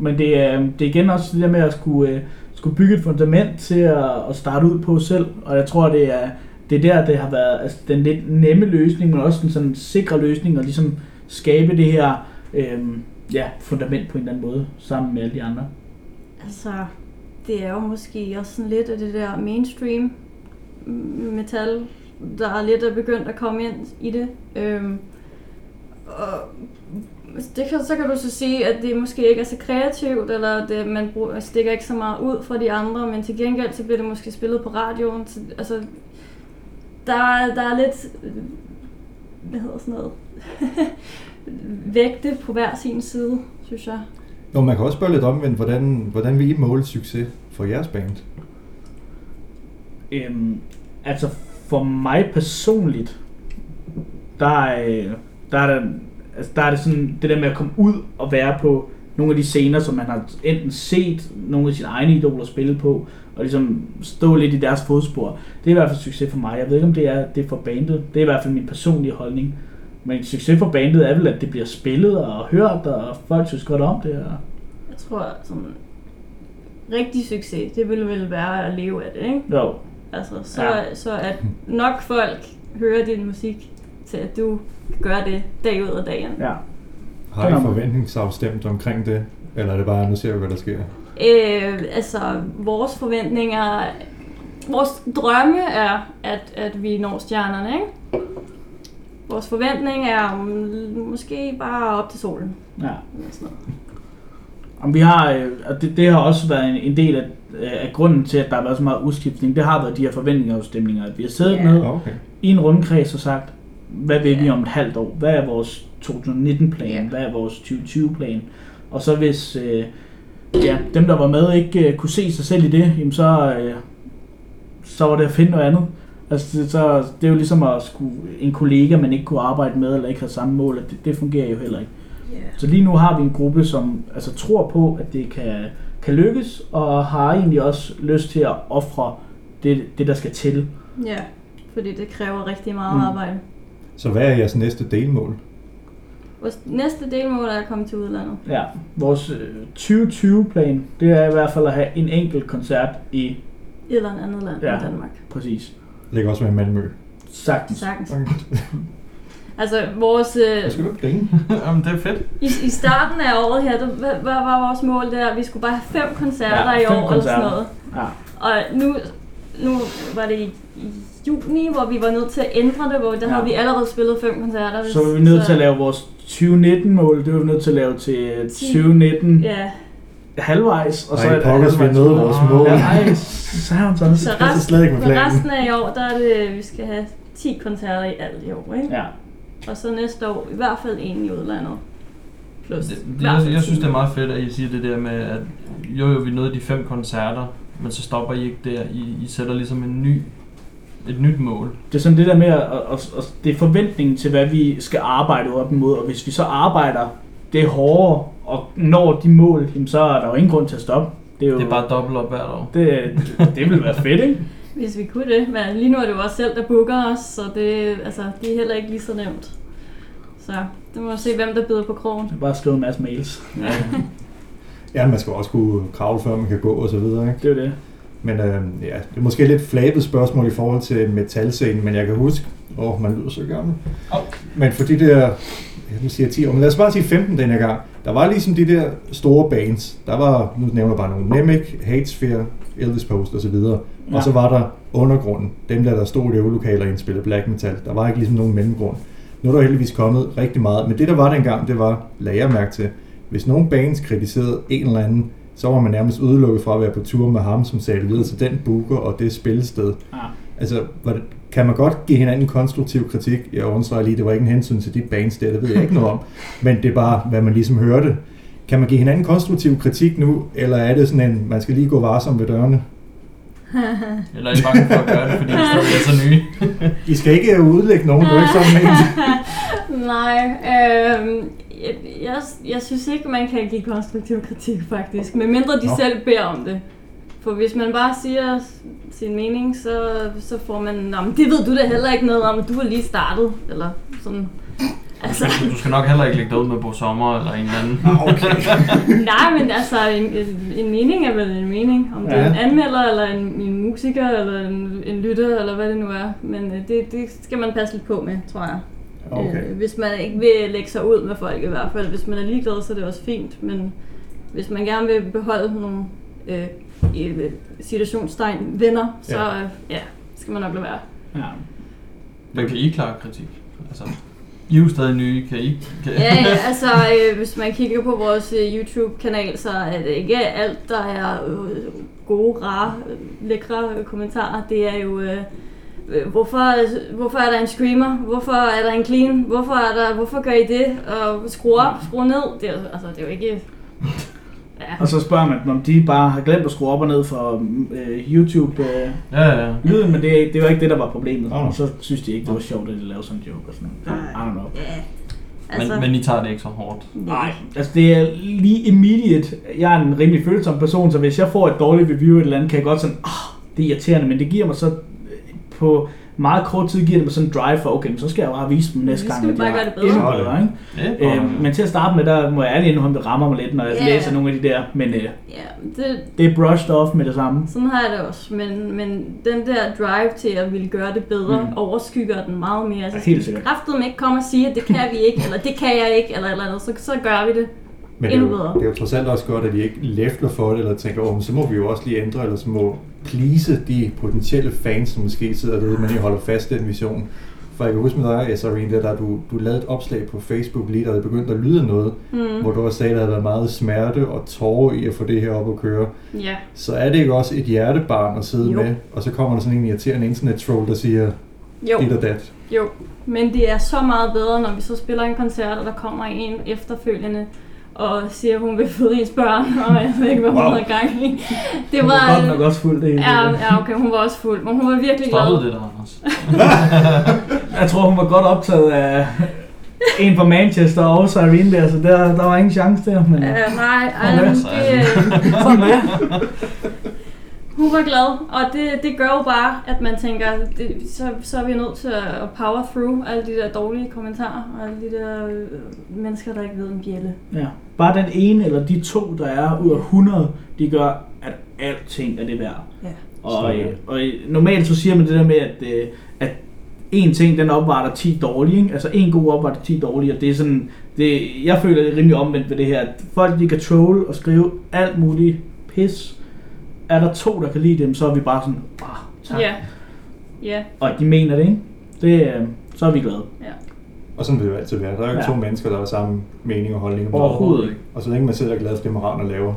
Speaker 4: Men det er, det er igen også det der med at skulle, øh, skulle bygge et fundament til at, at starte ud på selv. Og jeg tror, det er, det er der, det har været altså, den lidt nemme løsning, men også den sådan sikre løsning, at ligesom skabe det her øh, ja, fundament på en eller anden måde, sammen med alle de andre.
Speaker 3: Altså, det er jo måske også sådan lidt af det der mainstream mm, metal, der er lidt er begyndt at komme ind i det. Øhm, og det kan, så kan du så sige, at det måske ikke er så kreativt, eller det, man bruger, altså, stikker ikke så meget ud fra de andre, men til gengæld så bliver det måske spillet på radioen. Så, altså, der, er- der er lidt, øh, hvad hedder sådan noget, vægte på hver sin side, synes jeg.
Speaker 1: Nå, man kan også spørge lidt omvendt, hvordan, hvordan vil I måle succes for jeres band?
Speaker 4: Øhm, altså for mig personligt, der er, der, er der, altså der er det sådan det der med at komme ud og være på nogle af de scener, som man har enten set nogle af sine egne idoler spille på, og ligesom stå lidt i deres fodspor. Det er i hvert fald succes for mig. Jeg ved ikke, om det er det er for bandet. Det er i hvert fald min personlige holdning. Men succes for bandet er vel, at det bliver spillet og hørt, og folk synes godt om det. Og...
Speaker 3: Jeg tror, sådan rigtig succes, det ville vel være at leve af det, ikke?
Speaker 4: Jo,
Speaker 3: Altså, så,
Speaker 4: Ja.
Speaker 3: ja. så at nok folk hører din musik, til at du kan gøre det dag ud og dag ind.
Speaker 4: ja.
Speaker 1: Har
Speaker 4: Sådan.
Speaker 1: I forventningsafstemt omkring det? Eller er det bare, nu ser vi, hvad der sker?
Speaker 3: Øh, altså, vores forventninger, vores drømme er, at, at vi når stjernerne, ikke? Vores forventning er mm, måske bare op til solen.
Speaker 4: ja.
Speaker 3: Eller sådan noget.
Speaker 4: Jamen, vi har, øh, og det, det har også været en, en del af, øh, af grunden til, at der har været så meget udskiftning. Det har været de her forventningsafstemninger, at vi har siddet
Speaker 3: Ja.
Speaker 4: yeah. ned
Speaker 1: Okay.
Speaker 4: i en rundkreds og sagt, hvad vil vi
Speaker 3: Ja.
Speaker 4: om et halvt år? Hvad er vores 2019-plan?
Speaker 3: Ja.
Speaker 4: Hvad er vores 2020-plan? Og så hvis øh, ja, dem, der var med, ikke øh, kunne se sig selv i det, jamen så, øh, så var det at finde noget andet. Altså, det, så, det er jo ligesom at skulle, en kollega, man ikke kunne arbejde med, eller ikke har samme mål, og det, det fungerer jo heller ikke. Så lige nu har vi en gruppe, som altså, tror på, at det kan, kan lykkes, og har egentlig også lyst til at ofre det, det der skal til.
Speaker 3: Ja, fordi det kræver rigtig meget
Speaker 4: Mm.
Speaker 3: mm. arbejde.
Speaker 1: Så hvad er jeres næste delmål?
Speaker 3: Vores næste delmål er at komme til udlandet.
Speaker 4: Ja, vores øh, 2020-plan, det er i hvert fald at have en enkelt koncert i,
Speaker 3: Et eller andet andet land
Speaker 4: Ja.
Speaker 3: ja. end Danmark.
Speaker 4: præcis,
Speaker 1: Det kan også være i Malmø.
Speaker 4: sagtens.
Speaker 3: Sagtens.
Speaker 1: Okay.
Speaker 3: Altså, vores, øh,
Speaker 1: Hvad skal du grine?
Speaker 2: Jamen, det er fedt.
Speaker 3: i, i starten af året her, der, hvad, hvad var vores mål der? Vi skulle bare have fem koncerter
Speaker 4: Ja,
Speaker 3: i
Speaker 4: fem
Speaker 3: år eller sådan
Speaker 4: koncerter.
Speaker 3: noget.
Speaker 4: Ja,
Speaker 3: Og nu, nu var det i, i juni, hvor vi var nødt til at ændre det, hvor der
Speaker 4: Ja.
Speaker 3: ja. har vi allerede spillet fem koncerter.
Speaker 4: så er vi nødt til at lave vores 2019-mål, det er vi nødt til at lave til øh, 2019
Speaker 3: Ja,
Speaker 4: halvvejs, og så
Speaker 1: Ej,
Speaker 4: et
Speaker 1: pokkers, vi er
Speaker 4: halvvejs-
Speaker 1: nede vores mål.
Speaker 4: Ja, ej, sagtens
Speaker 3: så
Speaker 4: også.
Speaker 1: passer slet ikke med
Speaker 3: resten,
Speaker 1: planen.
Speaker 3: resten af i år, der er det, vi skal have 10 koncerter i alt i år, ikke?
Speaker 4: Ja,
Speaker 3: Og så næste år, i hvert fald en i udlandet. Plus,
Speaker 2: Det,
Speaker 3: i
Speaker 2: det,
Speaker 3: hvert
Speaker 2: jeg,
Speaker 3: fald
Speaker 2: jeg synes, det er
Speaker 3: 10.
Speaker 2: meget fedt, at I siger det der med, at jo, jo, vi nåede de fem koncerter, men så stopper I ikke der. I, I sætter ligesom en ny, et nyt mål.
Speaker 4: Det er sådan det der med, at, at, at det er forventningen til, hvad vi skal arbejde op imod, og hvis vi så arbejder det hårdere og når de mål, jamen så er der jo ingen grund til at stoppe. Det er jo
Speaker 2: Det er bare dobbelt op hvert år.
Speaker 4: det, det ville være fedt, ikke?
Speaker 3: Hvis vi kunne det, men lige nu er det jo også selv, der booker os, så det, altså, det er heller ikke lige så nemt. Så det må vi se, hvem der bider på krogen.
Speaker 4: Det er bare at skrive en masse mails.
Speaker 2: Ja.
Speaker 1: Ja, man skal jo også kunne kravle, før man kan gå og så videre, ikke?
Speaker 4: Det er jo det.
Speaker 1: Men øh, ja, det er måske et lidt flabet spørgsmål i forhold til metalscenen, men jeg kan huske, åh, man lyder så gammel.
Speaker 2: Åh.
Speaker 1: Men for de der ja, nu siger jeg 10 år, men lad os bare sige 15 den her gang. Der var ligesom de der store bands. Der var, nu nævner jeg bare nogle, Nemec, Hatesphere, Elvis Post osv. Og
Speaker 4: Ja.
Speaker 1: så var der undergrunden. Dem der, der stod i øvelokaler og indspillede black metal. Der var ikke ligesom nogen mellemgrund. Nu er der heldigvis kommet rigtig meget, men det der var dengang, det var, lagde jeg mærke til, hvis nogen bands kritiserede en eller anden, så var man nærmest udelukket fra at være på tur med ham, som sagde det videre til den booker og det spillested.
Speaker 4: Ah.
Speaker 1: Altså, var det, kan man godt give hinanden konstruktiv kritik? Jeg understreger lige, det var ikke en hensyn til de bands der, det ved jeg ikke noget om. Men det er bare, hvad man ligesom hørte. Kan man give hinanden konstruktiv kritik nu, eller er det sådan en, man skal lige gå varsom ved dørene?
Speaker 2: Eller er I bange for at gøre det, fordi vi stadig er så nye?
Speaker 1: I skal ikke øh, udlægge nogen, du er ikke sådan en.
Speaker 3: Nej, øh, jeg, jeg, jeg synes ikke, man kan give konstruktiv kritik faktisk, medmindre de
Speaker 1: Nå.
Speaker 3: Nå. selv beder om det. For hvis man bare siger s- sin mening, så, så får man, Nå, men det ved du da heller ikke noget om, du har lige startet, eller sådan. Altså,
Speaker 2: Du skal nok heller ikke lægge dig ud med Bo Sommer eller en eller anden.
Speaker 3: Ah, nej, men altså, en, en- en mening er vel en mening. Om det er en
Speaker 1: Ja.
Speaker 3: anmelder, eller en, en musiker, eller en, en lytter, eller hvad det nu er. Men øh, det, det skal man passe lidt på med, tror jeg.
Speaker 1: Okay.
Speaker 3: Øh, hvis man ikke vil lægge sig ud med folk i hvert fald. Hvis man er ligeglad, så er det også fint. Men hvis man gerne vil beholde nogle øh, i- øh, situationstegn venner, så
Speaker 1: Ja.
Speaker 3: ja. Øh, ja, skal man nok lade være.
Speaker 4: Ja.
Speaker 2: Men kan I klare kritik? Altså, I er jo stadig nye, kan I? Kan...
Speaker 3: Ja, ja altså øh, hvis man kigger på vores øh, YouTube-kanal, så er det ikke alt, der er øh, gode, rare, øh, lækre øh, kommentarer. Det er jo... Øh, øh, Hvorfor, hvorfor er der en screamer? Hvorfor er der en clean? Hvorfor, er der, hvorfor gør I det? Og skru op, skru ned. Det er, jo- altså, det er jo ikke... Ja.
Speaker 4: Og så spørger man dem, om de bare har glemt at skrue op og ned for øh, YouTube-lyden,
Speaker 2: Ja, ja. ja.
Speaker 4: øh, men det, det var ikke det, der var problemet.
Speaker 1: Nå.
Speaker 4: Og så synes de ikke, det var sjovt, at de lavede sådan en joke og sådan noget. I don't know.
Speaker 3: Ja. altså-
Speaker 2: Men, men I tager det ikke så hårdt.
Speaker 4: Nej, altså det er lige immediate. Jeg er en rimelig følsom person, så hvis jeg får et dårligt review eller et eller andet, kan jeg godt sådan, ah, det er irriterende, men det giver mig så øh, på meget kort tid giver det mig sådan en drive for, okay, men så skal jeg jo bare vise dem næste
Speaker 3: Nu skal
Speaker 4: gang,
Speaker 3: vi bare
Speaker 4: jeg
Speaker 3: gøre
Speaker 4: er
Speaker 3: det bedre.
Speaker 4: endnu bedre, ikke?
Speaker 2: Ja,
Speaker 4: Øhm, men til at starte med, der må jeg ærligt indrømme, det rammer mig lidt, når jeg
Speaker 3: Ja.
Speaker 4: yeah. læser nogle af de der, men øh,
Speaker 3: Ja, det,
Speaker 4: det er brushed off med det samme.
Speaker 3: sådan har jeg det også. Men, men den der drive til at ville gøre det bedre,
Speaker 4: Mm.
Speaker 3: mm. overskygger den meget mere. Altså,
Speaker 4: Ja, helt sikkert.
Speaker 3: Kræftet ikke komme og sige, at det kan vi ikke, eller det kan jeg ikke, eller et eller andet, så, så gør vi det.
Speaker 1: Men det er,
Speaker 3: Endnu
Speaker 1: jo,
Speaker 3: bedre.
Speaker 1: det er jo trods alt også godt, at vi ikke læfler for det, eller tænker, oh, så må vi jo også lige ændre, eller så må please de potentielle fans, som måske sidder derude, men I holder fast i den vision. For jeg kan huske med dig, jeg så en der, der du, du lavede et opslag på Facebook lige, da det begyndte at lyde noget,
Speaker 3: Mm.
Speaker 1: hvor du også sagde, at der havde været meget smerte og tårer i at få det her op at køre,
Speaker 3: Ja.
Speaker 1: så er det ikke også et hjertebarn at sidde
Speaker 3: Jo.
Speaker 1: med, og så kommer der sådan en irriterende internet-troll, der siger
Speaker 3: Jo,
Speaker 1: dit og dat.
Speaker 3: jo. Men det er så meget bedre, når vi så spiller en koncert, og der kommer en efterfølgende, og siger, at hun vil føde ens børn, og jeg ved ikke, hvad hun
Speaker 1: Wow.
Speaker 3: wow. havde gang i. Det
Speaker 4: Det
Speaker 3: var...
Speaker 4: var godt nok også fuldt det hele.
Speaker 3: Ja, ja, okay, hun var også fuld, men hun var virkelig glad.
Speaker 2: Stoppede det der, Anders?
Speaker 4: Jeg tror, hun var godt optaget af en fra Manchester og også Irene der, så der, der var ingen chance der. Men, ja.
Speaker 3: Uh, nej, ej,
Speaker 4: Sådan er
Speaker 3: men
Speaker 2: det.
Speaker 3: det,
Speaker 4: Sådan er
Speaker 3: hun var glad, og det, det gør jo bare, at man tænker, det, så, så er vi nødt til at power through alle de der dårlige kommentarer, og alle de der øh, mennesker, der ikke ved en bjælle.
Speaker 4: ja. Bare den ene eller de to, der er ud af 100, de gør, at alting er det værd.
Speaker 3: Ja.
Speaker 4: Og,
Speaker 1: Sådan.
Speaker 4: øh, og øh, normalt så siger man det der med, at, øh, at en ting, den opvarter 10 dårlige. Ikke? Altså en god opvarter 10 dårlige, og det er sådan, det, jeg føler det er rimelig omvendt ved det her. at Folk, de kan troll og skrive alt muligt pis. Er der to, der kan lide dem, så er vi bare sådan, ah, tak.
Speaker 3: Ja. ja.
Speaker 4: Og de mener det, ikke? Det, øh, så er vi glade.
Speaker 1: Og sådan vil det jo altid være. Der er jo ikke
Speaker 4: Ja.
Speaker 1: ja. to mennesker, der har samme mening og holdning. om noget.
Speaker 4: Overhovedet ikke.
Speaker 1: Og så længe man selv er glad for det, man render og laver.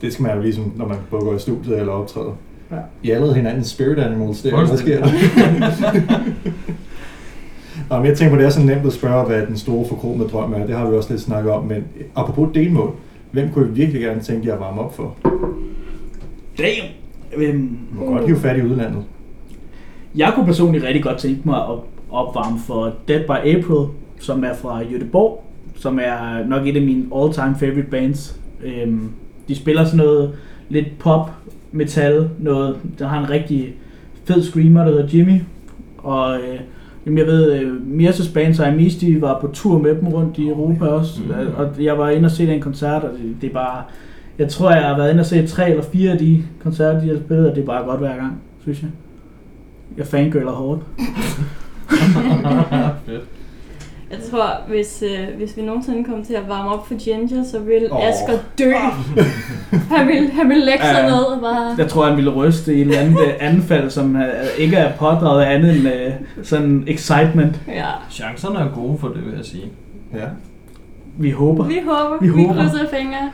Speaker 1: Det skal man jo ligesom, når man både går i studiet eller optræder.
Speaker 4: Ja.
Speaker 1: Ja. I er allerede hinandens spirit animals, det er hvad sker
Speaker 2: Fuldstændig.
Speaker 1: der? Nå, men jeg tænker på, det er så nemt at spørge, hvad den store forkromede drøm er. Det har vi også lidt snakket om, men apropos delmål. Hvem kunne I virkelig gerne tænke jer at varme op for?
Speaker 4: Damn! Øhm,
Speaker 1: Du må godt hive fat i udlandet.
Speaker 4: jeg kunne personligt rigtig godt tænke mig at opvarme for Dead by April, som er fra Göteborg, som er nok et af mine all-time favorite bands. Øhm, de spiller sådan noget lidt pop, metal, noget. Der har en rigtig fed screamer, der hedder Jimmy. Og øh, jamen, jeg ved, øh, Mirses bands og Amis, de var på tur med dem rundt i Europa også.
Speaker 2: Mm.
Speaker 4: Øh, Og jeg var inde og se den koncert, og det, det er bare... Jeg tror, jeg har været inde og se tre eller fire af de koncerter, de har spillet, og det er bare godt hver gang, synes jeg. Jeg fangirler hårdt.
Speaker 2: Fedt.
Speaker 3: Jeg tror, hvis, øh, hvis vi nogensinde kommer til at varme op for Ginger, så vil
Speaker 1: Åh.
Speaker 3: oh. Asger dø. han vil, han vil lægge sig
Speaker 4: Ja.
Speaker 3: ned og bare...
Speaker 4: Jeg tror, han ville ryste i et eller andet øh, anfald, som øh, ikke er pådraget af andet end øh, sådan excitement.
Speaker 3: Ja.
Speaker 2: Chancerne er gode for det, vil jeg sige.
Speaker 1: Ja.
Speaker 4: Vi håber.
Speaker 3: Vi håber,
Speaker 4: Vi
Speaker 3: vi,
Speaker 4: håber.
Speaker 3: vi krydser fingre.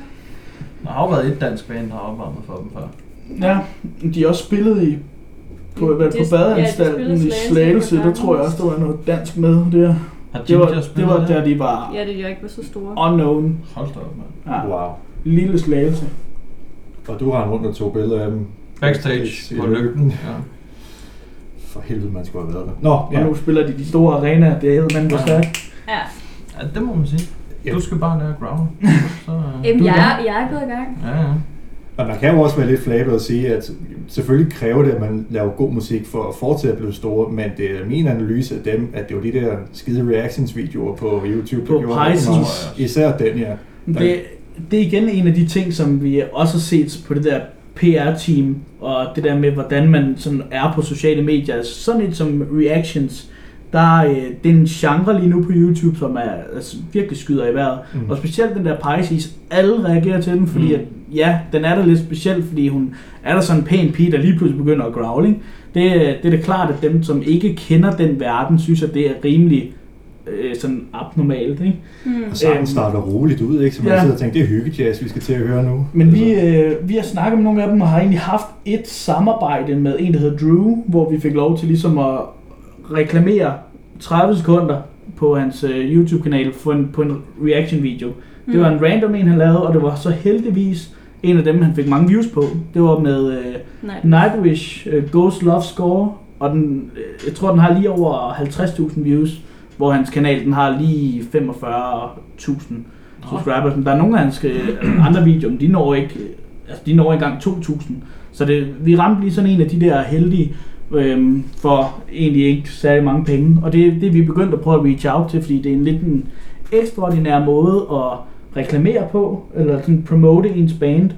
Speaker 2: Der har jo været et dansk band, der har opvarmet for dem før.
Speaker 4: Ja, de har også spillet i på,
Speaker 3: De-
Speaker 4: hvad,
Speaker 3: de-
Speaker 4: på badeanstalten
Speaker 3: ja, de
Speaker 4: i
Speaker 3: spillede
Speaker 4: Slagelse,
Speaker 3: Slagelse,
Speaker 4: der tror jeg også, der var noget dansk med der.
Speaker 2: Har
Speaker 4: Det
Speaker 2: Ginger
Speaker 4: var, det
Speaker 2: spillet
Speaker 4: var
Speaker 2: der?
Speaker 4: da de var
Speaker 3: Ja, det er jo ikke så store.
Speaker 4: unknown.
Speaker 2: Hold da op, mand.
Speaker 4: Ja,
Speaker 1: Wow.
Speaker 4: lille Slagelse.
Speaker 1: Og du rendte rundt og tog billeder af dem.
Speaker 2: Backstage på lygten. Ja.
Speaker 1: For helvede, man skulle have været der. Nå,
Speaker 4: Og nu spiller de de store arenaer, det hedder man på
Speaker 2: Ja.
Speaker 4: stærk.
Speaker 3: Ja.
Speaker 2: ja, det må man sige.
Speaker 1: Ja.
Speaker 2: Du skal bare lære growl. Så, øh,
Speaker 3: Jamen,
Speaker 4: Du er
Speaker 3: jeg, er- jeg er gået i gang.
Speaker 2: ja, ja.
Speaker 1: Og man kan jo også være lidt flabet og sige, at selvfølgelig kræver det, at man laver god musik for at fortsætte at blive store, men det er min analyse af dem, at det var de der skide reactions-videoer på YouTube,
Speaker 4: På
Speaker 1: gjorde rigtig
Speaker 4: Pisces.
Speaker 1: meget. Især den her.
Speaker 4: Det, det er igen en af de ting, som vi også har set på det der PR-team, og det der med, hvordan man sådan er på sociale medier. Altså sådan et som reactions, der er, øh, det er en genre lige nu på YouTube, som er, altså, virkelig skyder i vejret.
Speaker 1: Mm.
Speaker 4: Og specielt den der Pisces, alle reagerer til den, fordi
Speaker 2: Mm.
Speaker 4: mm. at, ja, den er da lidt speciel, fordi hun er der sådan en pæn pige, der lige pludselig begynder at growl, ikke? Det, er- det er da klart, at dem, som ikke kender den verden, synes, at det er rimelig øh, sådan abnormalt, ikke?
Speaker 3: Hmm.
Speaker 1: Og sangen
Speaker 4: Øhm.
Speaker 1: starter roligt ud, ikke? Så man
Speaker 4: Ja.
Speaker 1: ja. sidder og tænker, det er hyggejazz, vi skal til at høre nu.
Speaker 4: Men vi,
Speaker 1: Altså,
Speaker 4: øh, vi har snakket med nogle af dem og har egentlig haft et samarbejde med en, der hedder Drew, hvor vi fik lov til ligesom at reklamere 30 sekunder på hans øh, YouTube-kanal for en, på en reaction-video. Mm. Det var en random en, han lavede, og det var så heldigvis en af dem, han fik mange views på. Det var med øh,
Speaker 3: Nej.
Speaker 4: Nightwish, øh, Ghost Love Score, og den, øh, jeg tror, den har lige over 50.000 views, hvor hans kanal den har lige 45.000 subscribers, men der er nogle af hans øh, andre videoer, men de når ikke, øh, altså de når ikke engang 2000. Så det, vi ramte lige sådan en af de der heldige, øhm, for egentlig ikke særlig mange penge. Og det, det er vi begyndt at prøve at reach out til, fordi det er en lidt en ekstraordinær måde at reklamere på, eller sådan promote ens band.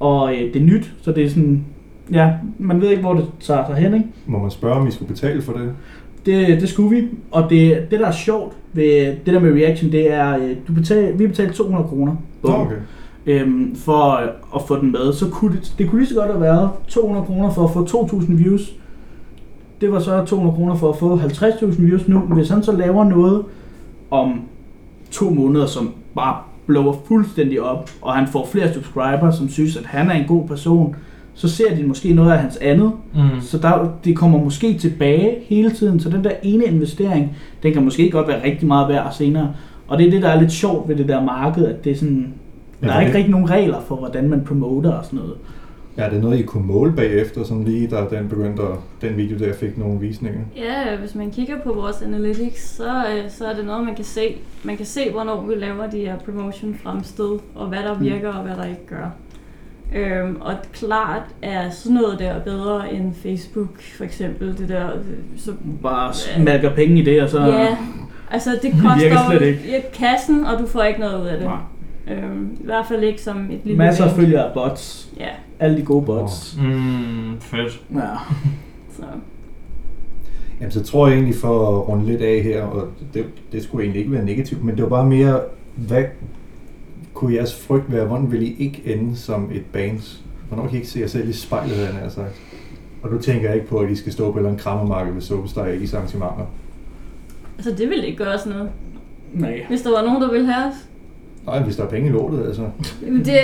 Speaker 4: Og øh, det er nyt, så det er sådan, ja, man ved ikke, hvor det tager sig hen, ikke?
Speaker 1: Altså, Må man spørge, om vi skulle betale for det?
Speaker 4: Det, det skulle vi, og det, det der er sjovt ved det der med reaction, det er, øh, du betal, vi betalte 200 kroner
Speaker 1: Nå, okay.
Speaker 4: øhm, for øh, at få den med, så kunne det, det kunne lige så godt have været 200 kroner for at få 2.000 views. Det var så 200 kroner for at få 50.000 views nu. Hvis han så laver noget om to måneder, som bare blower fuldstændig op, og han får flere subscribers, som synes, at han er en god person, så ser de måske noget af hans andet,
Speaker 2: Mm.
Speaker 4: så der, det kommer måske tilbage hele tiden, så den der ene investering, den kan måske godt være rigtig meget værd senere. Og det er det, der er lidt sjovt ved det der marked, at det er sådan,
Speaker 1: Ja,
Speaker 4: der
Speaker 1: for
Speaker 4: er ikke
Speaker 1: det-
Speaker 4: rigtig nogen regler for, hvordan man promoter og sådan noget.
Speaker 1: Ja, det er noget, I kunne måle bagefter, sådan lige da den begyndte at, den video der fik nogle visninger.
Speaker 3: Ja, hvis man kigger på vores analytics, så, øh, så er det noget, man kan se. Man kan se, hvornår vi laver de her promotion fremstød, og hvad
Speaker 4: Hmm.
Speaker 3: der virker, og hvad der ikke gør. Øhm, og klart er sådan noget der bedre end Facebook, for eksempel. Det der, øh, så,
Speaker 4: Bare smælker penge i det, og så...
Speaker 3: ja, altså det
Speaker 4: virker
Speaker 3: koster
Speaker 4: slet
Speaker 3: jo
Speaker 4: ikke.
Speaker 3: i kassen, og du får ikke noget ud af det.
Speaker 4: Nej.
Speaker 3: Øhm, I hvert fald ikke som et lille
Speaker 4: Masser af
Speaker 3: band.
Speaker 4: følgere af bots.
Speaker 3: Ja,
Speaker 4: Alle de gode bots.
Speaker 2: Mm, fedt.
Speaker 4: Ja.
Speaker 3: så.
Speaker 1: Jamen, så tror jeg egentlig for at runde lidt af her, og det, det skulle egentlig ikke være negativt, men det var bare mere, hvad kunne jeres frygt være? Hvordan ville I ikke ende som et band? Hvornår kan I ikke se jer selv i spejlet, havde jeg nær sagt? Og nu tænker jeg ikke på, at I skal stå på et eller andet krammermarked ved såbesteg ikke i sentimenter.
Speaker 3: Altså det ville ikke gøre sådan noget,
Speaker 4: Nej.
Speaker 3: hvis der var nogen, der ville have os.
Speaker 1: Nej, hvis der er penge i lortet, altså.
Speaker 3: Jamen, Det,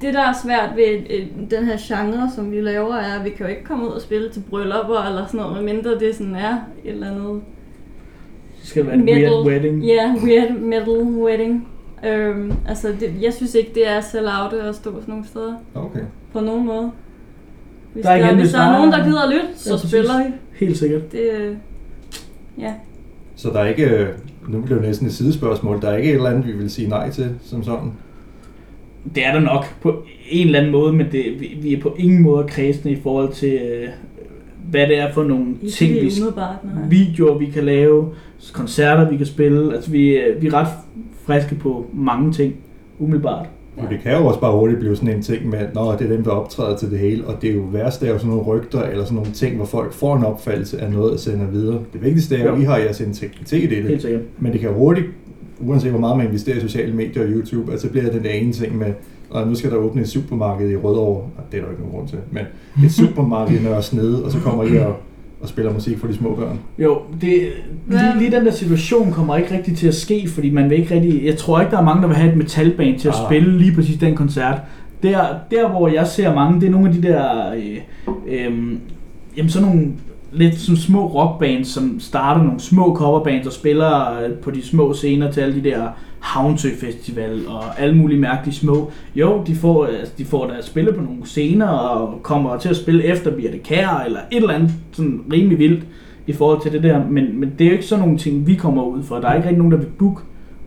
Speaker 3: det, der er svært ved øh, den her genre, som vi laver, er, at vi kan jo ikke komme ud og spille til bryllupper eller sådan noget, mindre det sådan er et eller andet
Speaker 4: Så skal det være en weird wedding.
Speaker 3: Ja, yeah, weird metal wedding. Øhm, altså, det, jeg synes ikke, det er sell out at stå sådan nogle steder,
Speaker 1: Okay.
Speaker 3: på nogen måde. Hvis
Speaker 4: Der er
Speaker 3: der, der,
Speaker 4: igen,
Speaker 3: hvis
Speaker 4: hvis
Speaker 3: der er
Speaker 4: der er-
Speaker 3: nogen, der gider at lytte, så
Speaker 4: Ja,
Speaker 3: ja,
Speaker 4: præcis.
Speaker 3: spiller I.
Speaker 4: Helt sikkert.
Speaker 3: Det, øh, ja.
Speaker 1: Så der er ikke, øh, nu bliver det næsten et sidespørgsmål, der er ikke et eller andet, vi vil sige nej til, som sådan.
Speaker 4: Det er der nok på en eller anden måde, men det, vi, vi er på ingen måde kredsende i forhold til, øh, hvad det er for nogle
Speaker 3: I
Speaker 4: ting, vi,
Speaker 3: vi umiddelbart, nej.
Speaker 4: videoer, vi kan lave, koncerter, vi kan spille. Altså, vi, øh, vi er ret friske på mange ting, umiddelbart.
Speaker 1: Og det kan jo også bare hurtigt blive sådan en ting med, nå, det er dem, der optræder til det hele, og det er jo værst, det er jo sådan nogle rygter eller sådan nogle ting, hvor folk får en opfattelse af noget og sender videre. Det vigtigste er jo,
Speaker 4: Jo.
Speaker 1: at I har jeres integritet i
Speaker 4: Helt
Speaker 1: det,
Speaker 4: sikkert.
Speaker 1: men det kan hurtigt uanset hvor meget man investerer i sociale medier og YouTube, at så bliver den der ene ting med, og nu skal der åbne et supermarked i Rødovre, og det er der jo ikke nogen grund til, men et supermarked i Nørre Snede, og så kommer I og, og spiller musik for de små børn.
Speaker 4: Jo, det, lige, lige den der situation kommer ikke rigtig til at ske, fordi man vil ikke rigtig... Jeg tror ikke, der er mange, der vil have et metalband til at
Speaker 1: Ah.
Speaker 4: spille lige præcis den koncert. Der, der, hvor jeg ser mange, det er nogle af de der... Øh, øh, jamen sådan nogle lidt som små rockbands, som starter nogle små coverbands og spiller øh, på de små scener til alle de der Havnsø Festival og alle mulige mærkelige små. Jo, de får, øh, altså, de får da at spille på nogle scener og kommer til at spille efter Birte Kær eller et eller andet sådan rimelig vildt i forhold til det der, men, men det er jo ikke sådan nogle ting, vi kommer ud for. Der er ikke rigtig nogen, der vil booke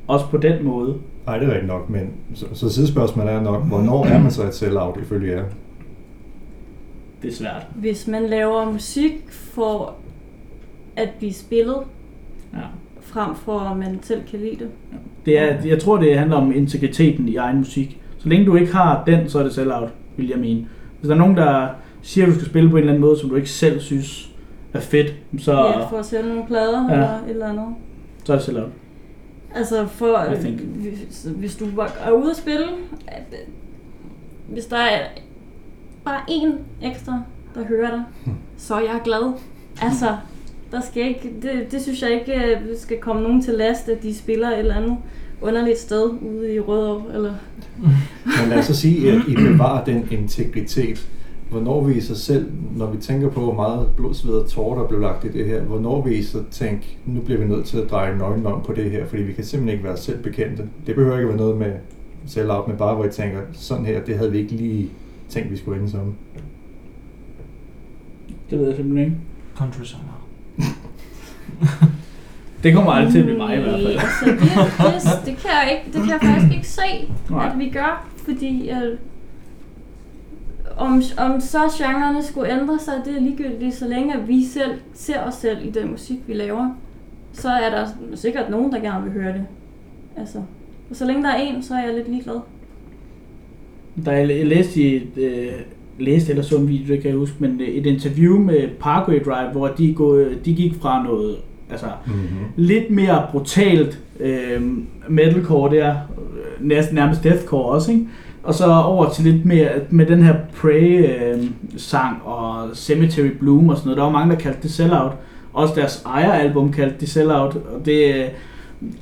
Speaker 4: os på den måde.
Speaker 1: Nej, det er rigtigt nok, men så, så sidespørgsmålet er nok, hvornår er man så et sellout ifølge jer?
Speaker 4: Det er svært.
Speaker 3: Hvis man laver musik for at blive spillet,
Speaker 4: Ja.
Speaker 3: frem for at man selv kan lide det.
Speaker 4: Det er, jeg tror, det handler om integriteten i egen musik. Så længe du ikke har den, så er det sellout, vil jeg mene. Hvis der er nogen, der siger, at du skal spille på en eller anden måde, som du ikke selv synes er fedt, så,
Speaker 3: Ja, for at sælge nogle plader
Speaker 4: Ja.
Speaker 3: ja. eller et eller andet.
Speaker 4: så er det sellout.
Speaker 3: Altså for,
Speaker 4: I think.
Speaker 3: hvis, hvis du var- er ude at spille, at, øh, hvis der er bare en ekstra, der hører dig, så er jeg glad. Altså, der skal ikke, det, det synes jeg ikke øh, skal komme nogen til last, at de spiller et eller andet underligt sted ude i Rødovre. Eller,
Speaker 1: Men lad os så sige, at I bevarer den integritet. Hvornår vil I så selv, når vi tænker på, hvor meget blod, sved og tårer, der blev lagt i det her, hvornår vil I så tænke, nu bliver vi nødt til at dreje nøglen om på det her, fordi vi kan simpelthen ikke være selv bekendte. Det behøver ikke at være noget med sellout, men bare hvor I tænker, sådan her, det havde vi ikke lige tænkt, vi skulle ende som.
Speaker 4: Det ved jeg simpelthen ikke.
Speaker 2: Country sanger.
Speaker 4: Det kommer aldrig til at blive mig i hvert fald.
Speaker 3: Altså, det, det, det, kan jeg ikke, det kan jeg faktisk ikke se,
Speaker 4: Nej.
Speaker 3: at vi gør, fordi øh, om, om så genrerne skulle ændre sig, det er ligegyldigt, så længe at vi selv ser os selv i den musik, vi laver, så er der sikkert nogen, der gerne vil høre det. Altså, og så længe der er en, så er jeg lidt ligeglad. Mm.
Speaker 4: Der jeg læ- læste i et, øh, læste eller så en video, det kan jeg huske, men øh, et interview med Parkway Drive, hvor de, gå, de gik fra noget, altså
Speaker 1: Mm-hmm.
Speaker 4: lidt mere brutalt øh, metalcore der, øh, næsten nærmest deathcore også, ikke? Og så over til lidt mere med den her Prey-sang og Cemetery Bloom og sådan noget. Der var mange, der kaldte det sellout. Også deres ejeralbum kaldte det sellout. Og det, øh,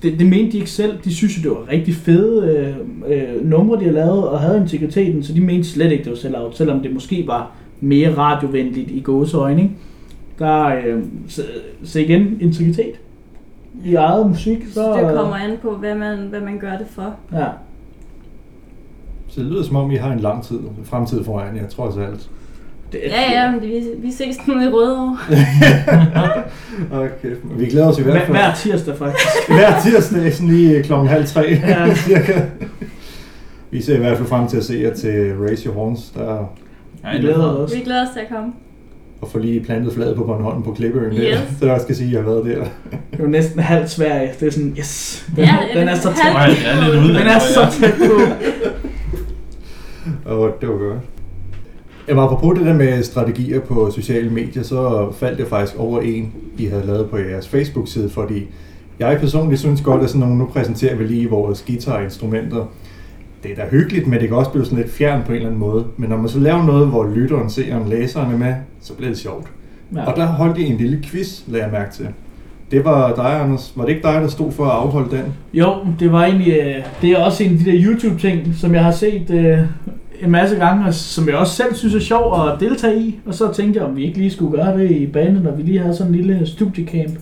Speaker 4: det, det mente de ikke selv. De synes jo, det var rigtig fede øh, øh, numre, de havde lavet og havde integriteten, så de mente slet ikke, det var sellout, selvom det måske var mere radiovenligt i gåseøjne. ikke? Der, øh, så, så igen, integritet i eget musik. Så, øh,
Speaker 3: Så det kommer an på, hvad man, hvad man gør det for.
Speaker 4: Ja.
Speaker 1: Så det lyder som om, I har en lang tid, fremtid foran jer, trods alt.
Speaker 4: Det,
Speaker 3: Ja, ja, men vi, vi ses nu i Rødovre.
Speaker 1: Okay. Vi glæder os i hvert
Speaker 4: Hver,
Speaker 1: fald.
Speaker 4: hver tirsdag faktisk.
Speaker 1: Hver tirsdag sådan lige øh, klokken halv tre,
Speaker 4: Ja.
Speaker 1: ja. cirka. Vi ser i hvert fald frem til at se jer til Raise Your Horns, der
Speaker 2: Ja,
Speaker 4: Vi
Speaker 2: det
Speaker 4: glæder
Speaker 2: er-
Speaker 4: os.
Speaker 3: Vi glæder os til at komme.
Speaker 1: og få lige plantet fladet på Bornholm på Klippeøen.
Speaker 3: Yes.
Speaker 1: Der, der skal sige, at jeg har været der.
Speaker 4: Det var næsten halvt Sverige. Det er sådan, yes, den,
Speaker 3: Ja,
Speaker 4: den er så tæt.
Speaker 3: halv-
Speaker 2: Ej, det er lidt ude.
Speaker 4: Den er så tæt på.
Speaker 1: Og det var godt. Jamen, apropos det der med strategier på sociale medier, så faldt jeg faktisk over en, I havde lavet på jeres Facebook-side, fordi jeg personligt synes godt, at sådan nogle, nu præsenterer vi lige vores guitarinstrumenter. Det er da hyggeligt, men det kan også blive sådan lidt fjern på en eller anden måde. Men når man så laver noget, hvor lytteren, seeren, læseren er med, så bliver det sjovt.
Speaker 4: Ja.
Speaker 1: Og der holdt I en lille quiz, lagde jeg mærke til. Det var dig, Anders. Var det ikke dig, der stod for at afholde den?
Speaker 4: Jo, det var egentlig, øh, det er også en af de der YouTube-ting, som jeg har set øh, en masse gange, og som jeg også selv synes er sjov at deltage i. Og så tænkte jeg, om vi ikke lige skulle gøre det i banen, når vi lige havde sådan en lille studiecamp,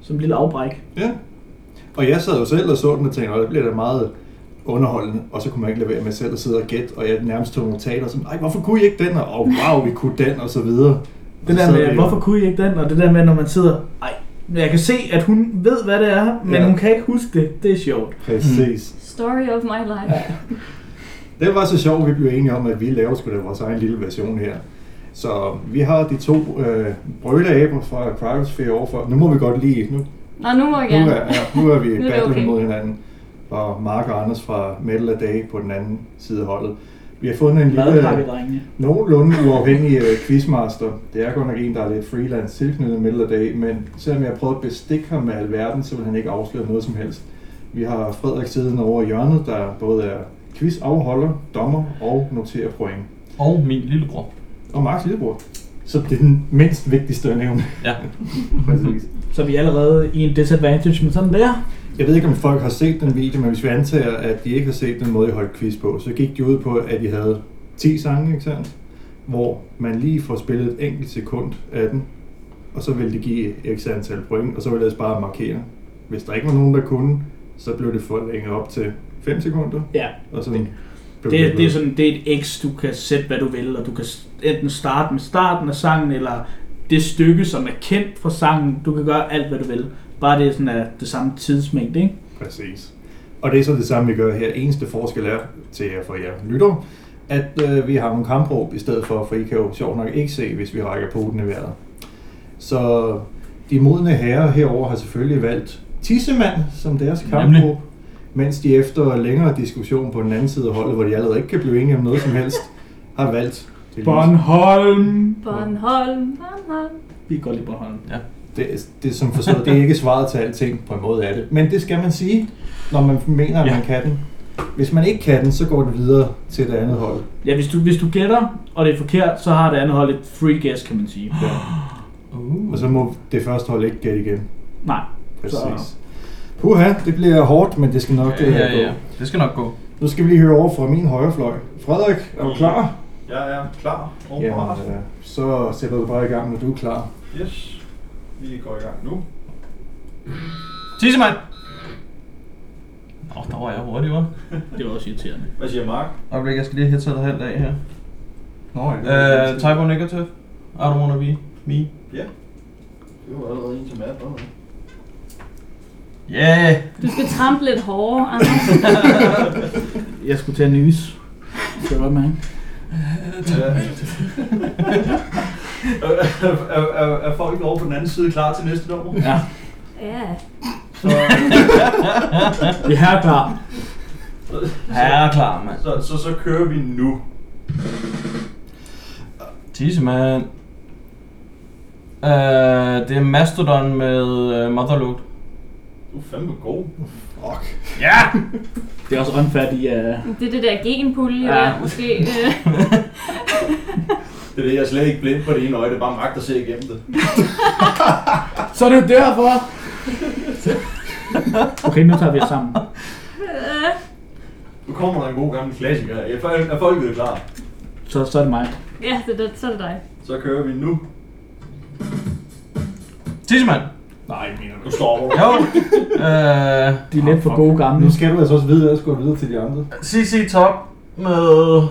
Speaker 4: som en lille afbræk.
Speaker 1: Ja. Og jeg sad jo selv og så den og tænkte, at det bliver da meget underholdende, og så kunne man ikke lade være med selv at sidde og gætte, og jeg nærmest tog notater og sådan, ej, hvorfor kunne I ikke den, og oh, wow, vi kunne den, og så videre. Og så
Speaker 4: Det der
Speaker 1: sad vi
Speaker 4: med,
Speaker 1: jo-
Speaker 4: hvorfor kunne I ikke den, og det der med, når man sidder, ej, jeg kan se, at hun ved, hvad det er, men
Speaker 1: Ja.
Speaker 4: hun kan ikke huske det. Det er sjovt.
Speaker 1: Præcis.
Speaker 3: Story of my life.
Speaker 1: Det var så sjovt, vi blev enige om, at vi laver sgu da vores egen lille version her. Så vi har de to øh, brøleaber fra Cryosphere overfor. Nu må vi godt lige, nu,
Speaker 3: Nå, nu må jeg
Speaker 1: nu,
Speaker 3: gerne.
Speaker 1: er, ja, nu er vi
Speaker 3: Nu er det
Speaker 1: battlet okay.
Speaker 3: okay.
Speaker 1: mod hinanden. Og Mark og Anders fra Metal A Day på den anden side af holdet. Vi har fundet en lille...
Speaker 4: Madpakke, drengene.
Speaker 1: nogenlunde uafhængig øh, quizmaster. Det er godt nok en, der er lidt freelance tilknyttet Middle Day, men selvom jeg har prøvet at bestikke ham med alverden, så vil han ikke afsløre noget som helst. Vi har Frederik siden over i hjørnet, der både er quiz-afholder, dommer og noterer point.
Speaker 2: Og min lillebror.
Speaker 1: Og Marks lillebror. Så det er den mindst vigtigste at nævne.
Speaker 2: Ja.
Speaker 1: Præcis.
Speaker 4: Så er vi allerede i en disadvantage med sådan der.
Speaker 1: Jeg ved ikke, om folk har set den video, men hvis vi antager, at de ikke har set den måde, I holdt quiz på, så gik de ud på, at I havde 10 sange, ikke sandt? Hvor man lige får spillet et enkelt sekund af den, og så ville det give x antal point, og så ville det bare markere. Hvis der ikke var nogen, der kunne, så blev det forlænget op til 5 sekunder,
Speaker 4: Ja,
Speaker 1: og sådan blev
Speaker 4: det, det, er sådan, det er et X, du kan sætte, hvad du vil, og du kan s- enten starte med starten af sangen, eller det stykke, som er kendt fra sangen. Du kan gøre alt, hvad du vil. Bare det er sådan er det samme tidsmængde, ikke?
Speaker 1: Præcis. Og det er så det samme, vi gør her. Eneste forskel er til jer for jer lytter, at øh, vi har nogle kampråb i stedet for, for I kan jo sjovt nok ikke se, hvis vi rækker poten i vejret. Så de modne herrer herover har selvfølgelig valgt Tissemand som deres
Speaker 2: Nemlig.
Speaker 1: kampråb, mens de efter længere diskussion på den anden side af holdet, hvor de allerede ikke kan blive enige om noget som helst, har valgt det,
Speaker 4: Bornholm!
Speaker 3: Bornholm, Bornholm.
Speaker 4: Vi kan godt lide Bornholm.
Speaker 2: ja.
Speaker 1: det, det som forstået, det er ikke svaret til alting på en måde af det. Men det skal man sige, når man mener, at
Speaker 2: Ja.
Speaker 1: man kan den. Hvis man ikke kan den, så går det videre til det andet hold.
Speaker 4: Ja, hvis du, hvis du gætter, og det er forkert, så har det andet hold et free guess, kan man sige.
Speaker 1: Ja.
Speaker 2: Uh.
Speaker 1: Og så må det første hold ikke gætte igen.
Speaker 4: Nej.
Speaker 1: Præcis. Puha, det bliver hårdt, men det skal nok det her
Speaker 2: ja, ja, ja.
Speaker 1: gå.
Speaker 2: Det skal nok gå.
Speaker 1: Nu skal vi lige høre over fra min højre fløj. Frederik, er du klar?
Speaker 5: Jeg er klar og parat.
Speaker 1: Jamen, øh, så sætter du bare i gang, når du er klar.
Speaker 5: Yes. Vi går i gang nu.
Speaker 2: Tissemand! Nå, der var jeg hurtig, hva'?
Speaker 4: Det var også irriterende.
Speaker 5: Hvad siger Mark?
Speaker 2: Øjeblik, jeg skal lige have headsetet halvt af her.
Speaker 1: Nå,
Speaker 2: Øh, Typo Negative. I don't wanna be me.
Speaker 5: Ja. Det var allerede en til mad.
Speaker 2: Yeah!
Speaker 3: Du skal trampe lidt hårdere, Anders.
Speaker 4: Jeg skulle til at nys. Det var godt, man.
Speaker 5: er, er, er, er folk over på den anden side klar til næste nummer?
Speaker 4: Ja.
Speaker 3: Ja.
Speaker 5: Så,
Speaker 4: Vi er klar.
Speaker 5: så,
Speaker 2: Ja, klar, mand.
Speaker 5: så, så, så kører vi nu.
Speaker 2: Tissemand. Øh, det er Mastodon med øh, Motherload.
Speaker 5: Du er fandme god.
Speaker 1: Fuck.
Speaker 2: Ja!
Speaker 4: Det er også øh- åndfærdigt, at...
Speaker 3: Men Det er det der genpulje,
Speaker 4: Ja.
Speaker 3: ja. der måske. Øh,
Speaker 5: Det er det, jeg er slet ikke blind på det ene øje. Det er bare magt der ser igennem det.
Speaker 4: Så er det jo derfor! Okay, nu tager vi os sammen.
Speaker 3: øh,
Speaker 5: Nu kommer der en god gammel klassiker. Er, folk- er folket klar?
Speaker 4: Så, så er det mig.
Speaker 3: ja, det, det, så er det dig.
Speaker 5: Så kører vi nu.
Speaker 2: Tissemand.
Speaker 1: Nej, mener du.
Speaker 5: Du står over.
Speaker 2: Jo. øh,
Speaker 4: De er lidt for gode gamle.
Speaker 1: Nu skal du altså også vide, at jeg skulle videre til de andre.
Speaker 2: CC Top med...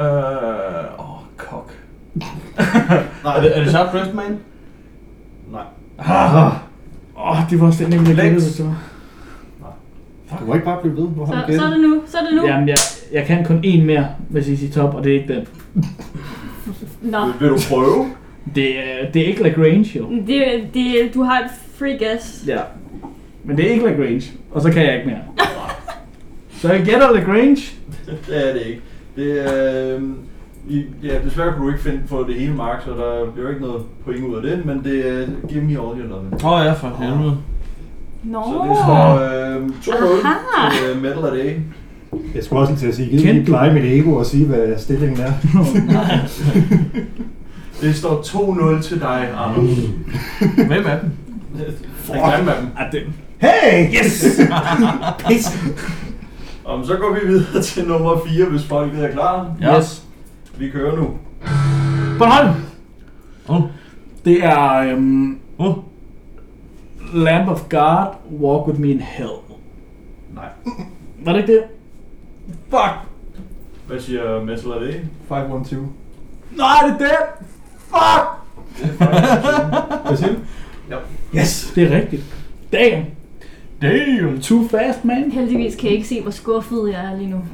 Speaker 2: Øh, åh, kok.
Speaker 5: Nej.
Speaker 2: er, det, er det Sharp Drift, man?
Speaker 5: Nej.
Speaker 1: Ah,
Speaker 4: Åh, oh, det var slet ikke, jeg gættede,
Speaker 2: Lex.
Speaker 4: det var.
Speaker 1: du må ikke bare blive ved. Nu har
Speaker 3: Så,
Speaker 1: du gættet.
Speaker 3: så er det nu, så er det nu.
Speaker 4: Jamen, jeg, jeg kan kun én mere med CC Top, og det er ikke den.
Speaker 3: Nå,
Speaker 5: Vil, vil du prøve?
Speaker 4: Det, er- det er ikke Lagrange, jo.
Speaker 3: det, det, du har et free guess.
Speaker 4: Mm. Ja. Men det er ikke Lagrange, og så kan jeg ikke mere. Så jeg gætter Lagrange.
Speaker 5: Det er det ikke. Det er, øh, i- ja, desværre kunne du ikke finde på det hele mark, så der bliver ikke noget point ud af det, men det er give me all your loving.
Speaker 2: Åh, oh, ja, for helvede.
Speaker 3: Nå.
Speaker 5: Så det står øh, 2-0
Speaker 3: Aha.
Speaker 5: til øh, Metal of Day.
Speaker 1: Jeg skulle også lige til at sige, giv
Speaker 4: Kendte
Speaker 1: lige
Speaker 4: du-
Speaker 1: pleje mit ego og sige, hvad stillingen er.
Speaker 5: Det står 2-0 til dig, Anders.
Speaker 2: Hvem er den?
Speaker 5: Den grimme af dem.
Speaker 4: Ah, det,
Speaker 1: Hey! Yes! Pis!
Speaker 5: Om så går vi videre til nummer 4, hvis folket er klar.
Speaker 2: Ja.
Speaker 4: Yes.
Speaker 5: Vi kører nu.
Speaker 4: Bornholm! Oh.
Speaker 2: Åh,
Speaker 4: Det er øhm,
Speaker 2: åh.
Speaker 4: Lamb of God, Walk With Me in Hell. Mm.
Speaker 5: Nej.
Speaker 4: Var det ikke det? Fuck!
Speaker 5: Hvad siger Metal of Day?
Speaker 1: 512.
Speaker 4: Nej, det er det! Fuck!
Speaker 1: Hvad siger du?
Speaker 5: Ja.
Speaker 1: Yes!
Speaker 4: Det er rigtigt. Damn!
Speaker 2: Damn.
Speaker 4: Too fast, man!
Speaker 3: Heldigvis kan jeg ikke se, hvor skuffet jeg er lige nu.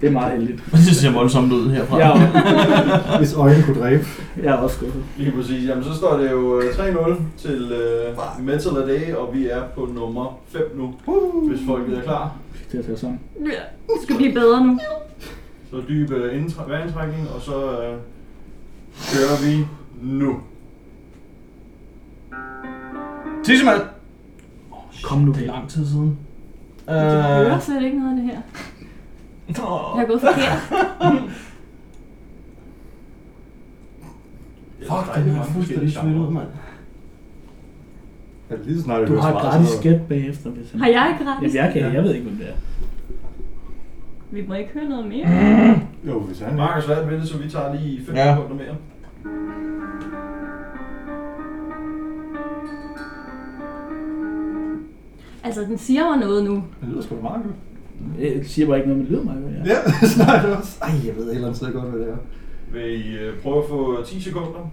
Speaker 4: Det er meget heldigt.
Speaker 2: Det ser voldsomt ud herfra.
Speaker 4: Jeg er,
Speaker 1: Hvis øjnene kunne dræbe.
Speaker 4: jeg er også skuffet.
Speaker 5: Lige præcis. Jamen, så står det jo øh, 3-0 til øh, Metal of Day, og vi er på nummer 5 nu, hvis folket er klar.
Speaker 4: Det er til at sådan.
Speaker 3: Ja, Det skal blive bedre nu.
Speaker 5: Så dyb øh, indtræ- vejrindtrækning, og så øh, kører vi nu.
Speaker 2: Tissemand. Åh, oh,
Speaker 4: Kom nu.
Speaker 2: Det er lang tid siden. Øh,
Speaker 3: Du hører slet ikke noget af det her. Jeg har gået forkert.
Speaker 2: fuck, den har fuldstændig smidt ud, mand.
Speaker 1: Ja, lige så snart jeg
Speaker 4: Du
Speaker 1: hører
Speaker 4: har
Speaker 1: svaret,
Speaker 4: gratis
Speaker 1: så-
Speaker 4: gæt bagefter, hvis han...
Speaker 3: Har jeg ikke ret?
Speaker 4: Jamen, jeg kan, jeg ved ikke, hvem det er.
Speaker 3: Vi må ikke høre noget mere.
Speaker 1: Jo, hvis han
Speaker 5: Mark er svært ved det, så vi tager lige 5
Speaker 2: Ja.
Speaker 5: sekunder mere.
Speaker 3: Altså, den siger mig noget nu.
Speaker 5: Det lyder sgu da meget godt.
Speaker 4: Det siger bare ikke noget, men det lyder meget godt, ja.
Speaker 1: Ja, det snart også. Ej, jeg ved et eller andet sted godt, hvad det er.
Speaker 5: Vil I øh, prøve at få 10 sekunder?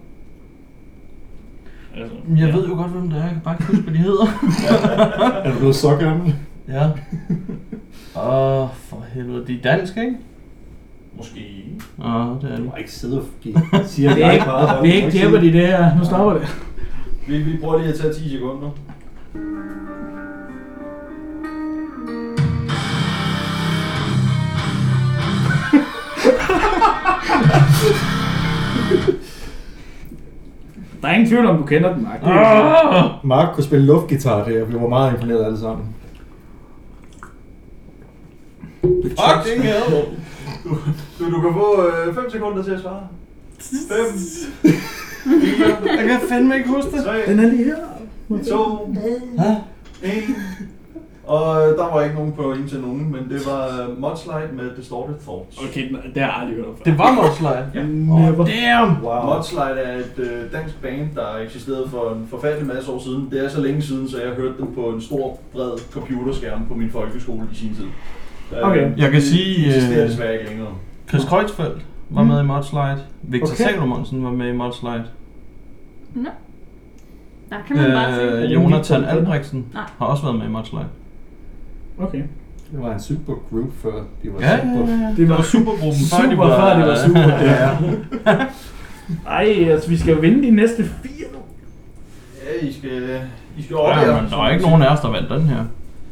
Speaker 4: Altså,
Speaker 2: Jeg ved jo godt, hvem det er. Jeg kan bare ikke huske, hvad de hedder.
Speaker 1: Er du blevet så gammel?
Speaker 2: ja. Åh, oh, for helvede. De er dansk, ikke?
Speaker 5: Måske.
Speaker 2: Åh, oh, det er
Speaker 1: Du
Speaker 2: de.
Speaker 1: må ikke sidde og give- sige, at
Speaker 4: Det
Speaker 1: jeg
Speaker 4: er
Speaker 1: ikke
Speaker 4: ikke,
Speaker 1: meget.
Speaker 4: det er ikke Jeopardy, det her. Nu stopper det.
Speaker 5: Vi, vi prøver lige at tage 10 sekunder.
Speaker 4: Der er ingen tvivl om, du kender den, Mark. Det er-
Speaker 2: Oh!
Speaker 1: Mark kunne spille luftgitar der, og vi var meget imponeret alle sammen.
Speaker 5: Fucking hell! Du, du kan få 5 sekunder til at svare. 5, 4,
Speaker 2: Jeg kan fandme ikke huske det.
Speaker 5: 3,
Speaker 4: Den er lige her.
Speaker 5: 2,
Speaker 2: Hæ?
Speaker 5: 1. Og øh, der var ikke nogen point til nogen, men det var øh, Mudslide med Distorted Thoughts.
Speaker 4: Okay, den, det har jeg aldrig hørt om før.
Speaker 2: Det var Mudslide.
Speaker 5: Ja.
Speaker 4: Never.
Speaker 2: Damn!
Speaker 1: Wow.
Speaker 5: Mudslide er et øh, dansk band, der eksisterede for en forfærdelig masse år siden. Det er så længe siden, så jeg hørte dem på en stor, bred computerskærm på min folkeskole i sin tid. Øh,
Speaker 4: Okay.
Speaker 2: Jeg kan
Speaker 5: de
Speaker 2: sige, øh,
Speaker 5: eksisterer desværre ikke længere.
Speaker 2: Chris Kreuzfeldt var med i Mudslide. Victor
Speaker 4: Okay.
Speaker 2: Mm. okay. Salomonsen var med i Mudslide.
Speaker 3: Nå. Der kan man bare se.
Speaker 2: Øh, Jonathan Albrechtsen
Speaker 3: Nej.
Speaker 2: har også været med i Mudslide.
Speaker 4: Okay.
Speaker 1: Det var en super group før. De var
Speaker 2: Ja, ja,
Speaker 1: super.
Speaker 2: ja, ja.
Speaker 4: Det var
Speaker 2: supergruppen.
Speaker 4: super, før det var super. Ja. Ej, altså, vi skal jo vinde de næste fire nu.
Speaker 5: Ja, I skal, øh, I skal op
Speaker 2: Ja,
Speaker 5: her.
Speaker 2: men der var ikke nogen af os, der vandt den her.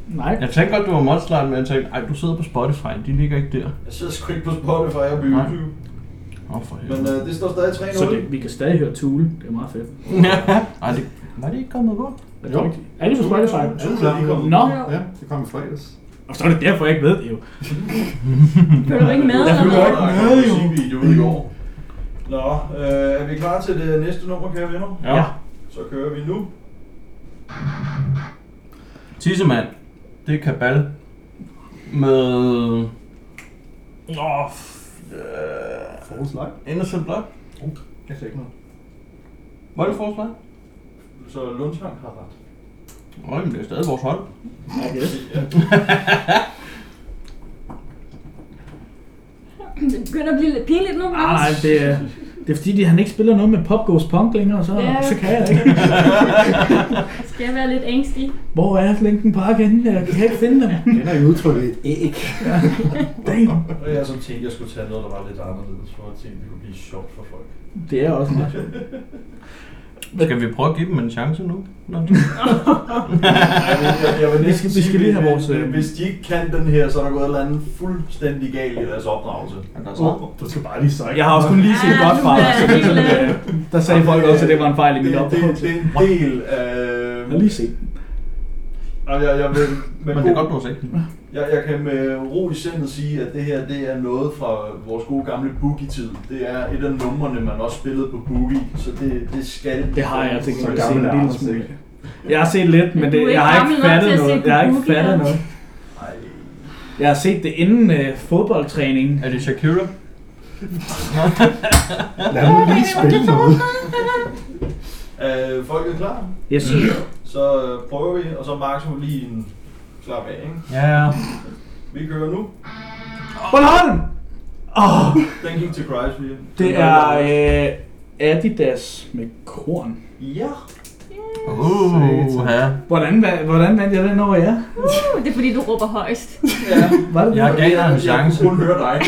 Speaker 4: Nej.
Speaker 2: Jeg tænkte godt, du var Mudslide, men jeg tænkte, ej, du sidder på Spotify, de ligger ikke der.
Speaker 5: Jeg sidder sgu ikke på Spotify og på
Speaker 2: Nej.
Speaker 5: YouTube.
Speaker 2: Åh, oh, for
Speaker 5: Men
Speaker 2: helvede.
Speaker 5: øh, det står stadig 3-0.
Speaker 4: Så det, vi kan stadig høre Tule. Det er meget fedt.
Speaker 2: Ja. Ej, det, var det ikke kommet på?
Speaker 4: Er det rigtigt? Er det på Spotify?
Speaker 5: Tule er lige kommet.
Speaker 4: Nå,
Speaker 1: Ja, det kom i fredags.
Speaker 4: og så er det derfor, jeg ikke ved det jo.
Speaker 3: Følger du ikke med? eller
Speaker 4: Jeg følger
Speaker 3: hvad?
Speaker 4: ikke
Speaker 5: Der
Speaker 4: med,
Speaker 5: kom en
Speaker 4: jo.
Speaker 5: musikvideo ud i går. Nå, øh, er vi klar til det næste nummer, kære venner?
Speaker 4: Ja.
Speaker 5: Så kører vi nu.
Speaker 2: Tissemand, det er Kabal. Med... Åh, f- øh,
Speaker 1: Forrest Live?
Speaker 2: Innocent Blood.
Speaker 5: Jeg sagde ikke noget.
Speaker 2: Var det forslag?
Speaker 5: Så Lundsvang har ret.
Speaker 2: Nå, men det er stadig vores hold.
Speaker 4: Okay.
Speaker 3: Det begynder at blive lidt pinligt nu.
Speaker 4: Ah, nej, det er, det er fordi, de, han ikke spiller noget med Pop Goes Punk længere, så,
Speaker 3: Ja.
Speaker 4: så kan jeg ikke.
Speaker 3: Skal jeg være lidt ængstig?
Speaker 4: Hvor er Linkin Park henne? Jeg kan ikke finde dem.
Speaker 1: Den er i udtrykket et æg.
Speaker 4: Damn.
Speaker 5: Og jeg så tænkte, jeg skulle tage noget, der var lidt anderledes, for at tænke, det kunne blive sjovt for folk.
Speaker 4: Det er også meget sjovt.
Speaker 2: Skal vi prøve at give dem en chance nu? Nå.
Speaker 5: Ej, men jeg, jeg vil
Speaker 4: Vi
Speaker 5: næsten
Speaker 4: skal- vi skal
Speaker 5: sige,
Speaker 4: lige have
Speaker 5: hvis-
Speaker 4: vores, øh,
Speaker 5: Hvis de ikke kan den her, så er der gået et eller andet fuldstændig galt i deres opdragelse.
Speaker 2: Er der så?
Speaker 1: Oh, du skal bare lige sige.
Speaker 4: Jeg har også kun lige set
Speaker 3: Ah,
Speaker 4: godt fra.
Speaker 3: nu er jeg
Speaker 4: så det er sådan,
Speaker 3: helt,
Speaker 4: øh, Der sagde folk også, at det var en fejl i
Speaker 5: Det,
Speaker 4: min
Speaker 5: det, det,
Speaker 4: opdragelse.
Speaker 5: det er en del af...
Speaker 4: Jeg har lige set den.
Speaker 5: Ej, Jeg, jeg, vil, med
Speaker 2: Men det er
Speaker 5: god-
Speaker 2: godt, du har set den.
Speaker 5: Jeg, jeg kan med ro i sindet sige, at det her det er noget fra vores gode gamle boogie-tid. Det er et af numrene, man også spillede på boogie, så det, det skal...
Speaker 4: Det har jeg til
Speaker 1: Så
Speaker 4: gengæld set
Speaker 1: gammel
Speaker 4: en
Speaker 1: er
Speaker 4: lille
Speaker 1: Anders
Speaker 4: smule.
Speaker 1: ikke.
Speaker 4: Jeg har set lidt, men
Speaker 3: Du
Speaker 4: det,
Speaker 3: er ikke
Speaker 4: jeg har
Speaker 3: gammel
Speaker 4: ikke
Speaker 3: nok
Speaker 4: fattet
Speaker 3: til at se
Speaker 4: noget. Jeg har ikke
Speaker 3: Kabuki,
Speaker 4: fattet
Speaker 3: altså.
Speaker 4: noget.
Speaker 5: Ej,
Speaker 4: Jeg har set det inden øh, fodboldtræning.
Speaker 2: Er det Shakira?
Speaker 1: Lad mig lige spille noget.
Speaker 5: er Øh, folk er klar?
Speaker 3: Mm.
Speaker 4: Yes.
Speaker 5: Så øh, prøver vi, og så maksimum lige en slap af, ikke?
Speaker 2: Ja.
Speaker 5: Vi kører nu.
Speaker 4: Bornholm! Åh,
Speaker 5: Den gik til Christ, vi.
Speaker 4: det er øh, Adidas med korn.
Speaker 5: Ja.
Speaker 2: Uh, ja.
Speaker 4: Hvordan, va- hvordan vandt jeg den over jer?
Speaker 3: Uh, det er fordi, du råber højst.
Speaker 5: ja.
Speaker 4: Var det
Speaker 2: Jeg
Speaker 4: det?
Speaker 2: gav dig en
Speaker 5: Jeg
Speaker 2: chance.
Speaker 5: kunne kun høre dig.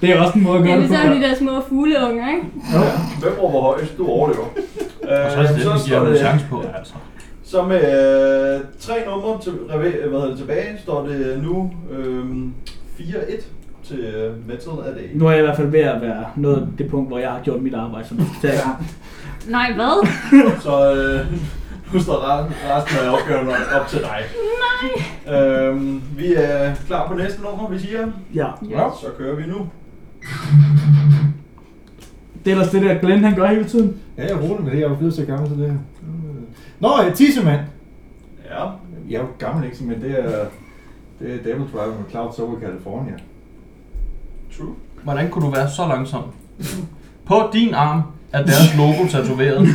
Speaker 4: Det er også en måde at
Speaker 3: Det
Speaker 4: gøre
Speaker 3: er
Speaker 4: det på.
Speaker 3: ligesom de der små fugleunger, ikke?
Speaker 5: Hvem råber højst? Du overlever. Øh,
Speaker 2: Og så er det, det vi giver
Speaker 5: står
Speaker 2: dem en
Speaker 5: det-
Speaker 2: chance på, altså.
Speaker 5: Så med øh, tre numre til, reve- hvad hedder det, tilbage står det nu øh, 4-1 til øh, Metal er det.
Speaker 4: Nu er jeg i hvert fald ved at være nået det punkt, hvor jeg har gjort mit arbejde som tager.
Speaker 3: Nej, hvad?
Speaker 5: Så øh, Nu står re- resten af opgaven op- op til dig. Nej! Øhm, vi er klar på næste nummer, hvis I er.
Speaker 4: Ja.
Speaker 5: Ja. Så kører vi nu.
Speaker 4: Det er ellers det der Glenn, han gør hele tiden.
Speaker 1: Ja, jeg rolig med det. Jeg er jo blevet så gammel til det her. Nå, jeg tissemand.
Speaker 5: Ja.
Speaker 1: Jeg er jo gammel, ikke? Men det er, det er Devil Driver med Cloud Sober California.
Speaker 5: True.
Speaker 2: Hvordan kunne du være så langsom? På din arm er deres logo tatoveret.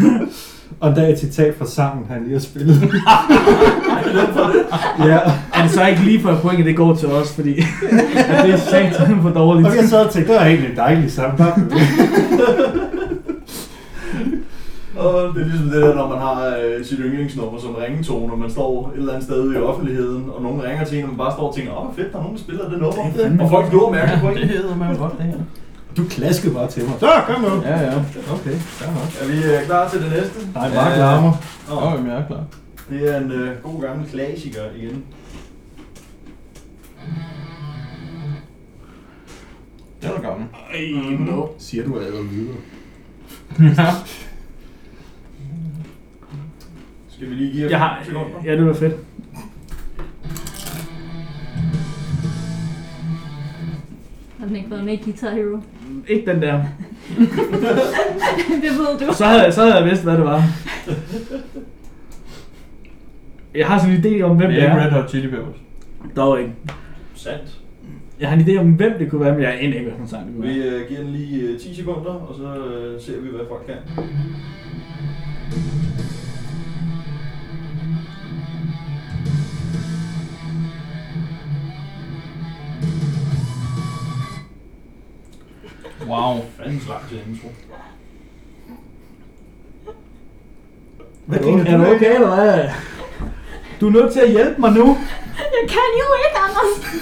Speaker 1: Og der er et citat fra sangen, han lige har spillet. ja.
Speaker 4: Er det så ikke lige for at pointet, det går til os, fordi at det er satan for dårligt.
Speaker 1: Og jeg sad og tænkte, det var egentlig en dejlig samtale.
Speaker 5: Og det er ligesom det der, når man har øh, sit yndlingsnummer som ringetone, og man står et eller andet sted i offentligheden, og nogen ringer til en, og man bare står og tænker, åh, hvor fedt, der er nogen, der spiller det nummer.
Speaker 4: Det er fandme
Speaker 5: og folk lurer mærkeligt på
Speaker 2: Ja,
Speaker 5: en.
Speaker 2: det hedder man godt, det her.
Speaker 1: Du klaskede bare til mig. Så, kom nu.
Speaker 2: Ja, ja.
Speaker 1: Okay, fair nok.
Speaker 5: Er vi øh, klar til det næste?
Speaker 1: Nej, bare larmer.
Speaker 5: Nå,
Speaker 2: Åh, jamen, jeg er klar.
Speaker 5: det er en øh, god gammel klassiker igen.
Speaker 2: Det var gammel.
Speaker 4: Ej, no.
Speaker 1: Siger du allerede lyder?
Speaker 2: Ja.
Speaker 5: Skal vi lige give
Speaker 4: Jeg har,
Speaker 5: fem sekunder?
Speaker 4: ja, det var fedt.
Speaker 3: Har den ikke været med i Guitar Hero?
Speaker 4: Ikke den der.
Speaker 3: det ved du.
Speaker 4: Så havde, jeg, så havde jeg vidst, hvad det var. Jeg har sådan en idé om, hvem
Speaker 2: Det
Speaker 4: det
Speaker 2: er ikke Red
Speaker 4: er.
Speaker 2: Hot Chili Peppers.
Speaker 4: Dog ikke.
Speaker 5: Sandt.
Speaker 4: Jeg har en idé om, hvem det kunne være, men jeg aner ikke, hvad hun sang det kunne
Speaker 5: Vi
Speaker 4: være.
Speaker 5: øh, giver den lige øh, 10 sekunder, og så øh, ser vi, hvad folk kan.
Speaker 2: Wow.
Speaker 5: Fandens langt til intro.
Speaker 1: Hvad
Speaker 4: Er du okay, eller hvad? Du er nødt til at hjælpe mig nu.
Speaker 3: Jeg kan jo ikke, Anders.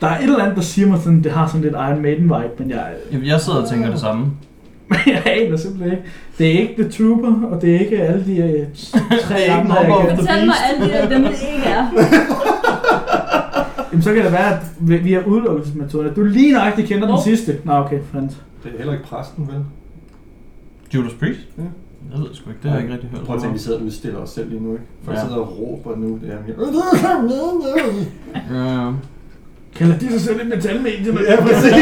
Speaker 4: Der er et eller andet, der siger mig sådan, det har sådan lidt Iron Maiden vibe, men jeg,
Speaker 2: Jamen, jeg sidder og tænker det samme.
Speaker 4: jeg aner simpelthen ikke. Det er ikke The Trooper, og det er ikke alle de øh, tre
Speaker 2: Det er ikke
Speaker 4: andre, jeg
Speaker 2: Number of
Speaker 4: kan-
Speaker 2: the
Speaker 3: Fortæl mig alle de der, dem det ikke er.
Speaker 4: Jamen, så kan det være, at vi vi har udelukkelsesmetoder. Du lige nøjagtigt kender den
Speaker 3: Hov.
Speaker 4: sidste. Nå, okay, fandt.
Speaker 1: Det er heller ikke præsten, vel?
Speaker 2: Judas Priest?
Speaker 1: Ja.
Speaker 2: Jeg ved sgu ikke, det har jeg ikke rigtig hørt.
Speaker 1: Prøv at tænke, vi sidder og udstiller os selv lige nu, ikke? Folk
Speaker 2: Ja.
Speaker 1: sidder og råber nu. Det er mere...
Speaker 2: Ja, ja.
Speaker 4: Kalder de sig selv et metalmedie?
Speaker 1: Ja, præcis.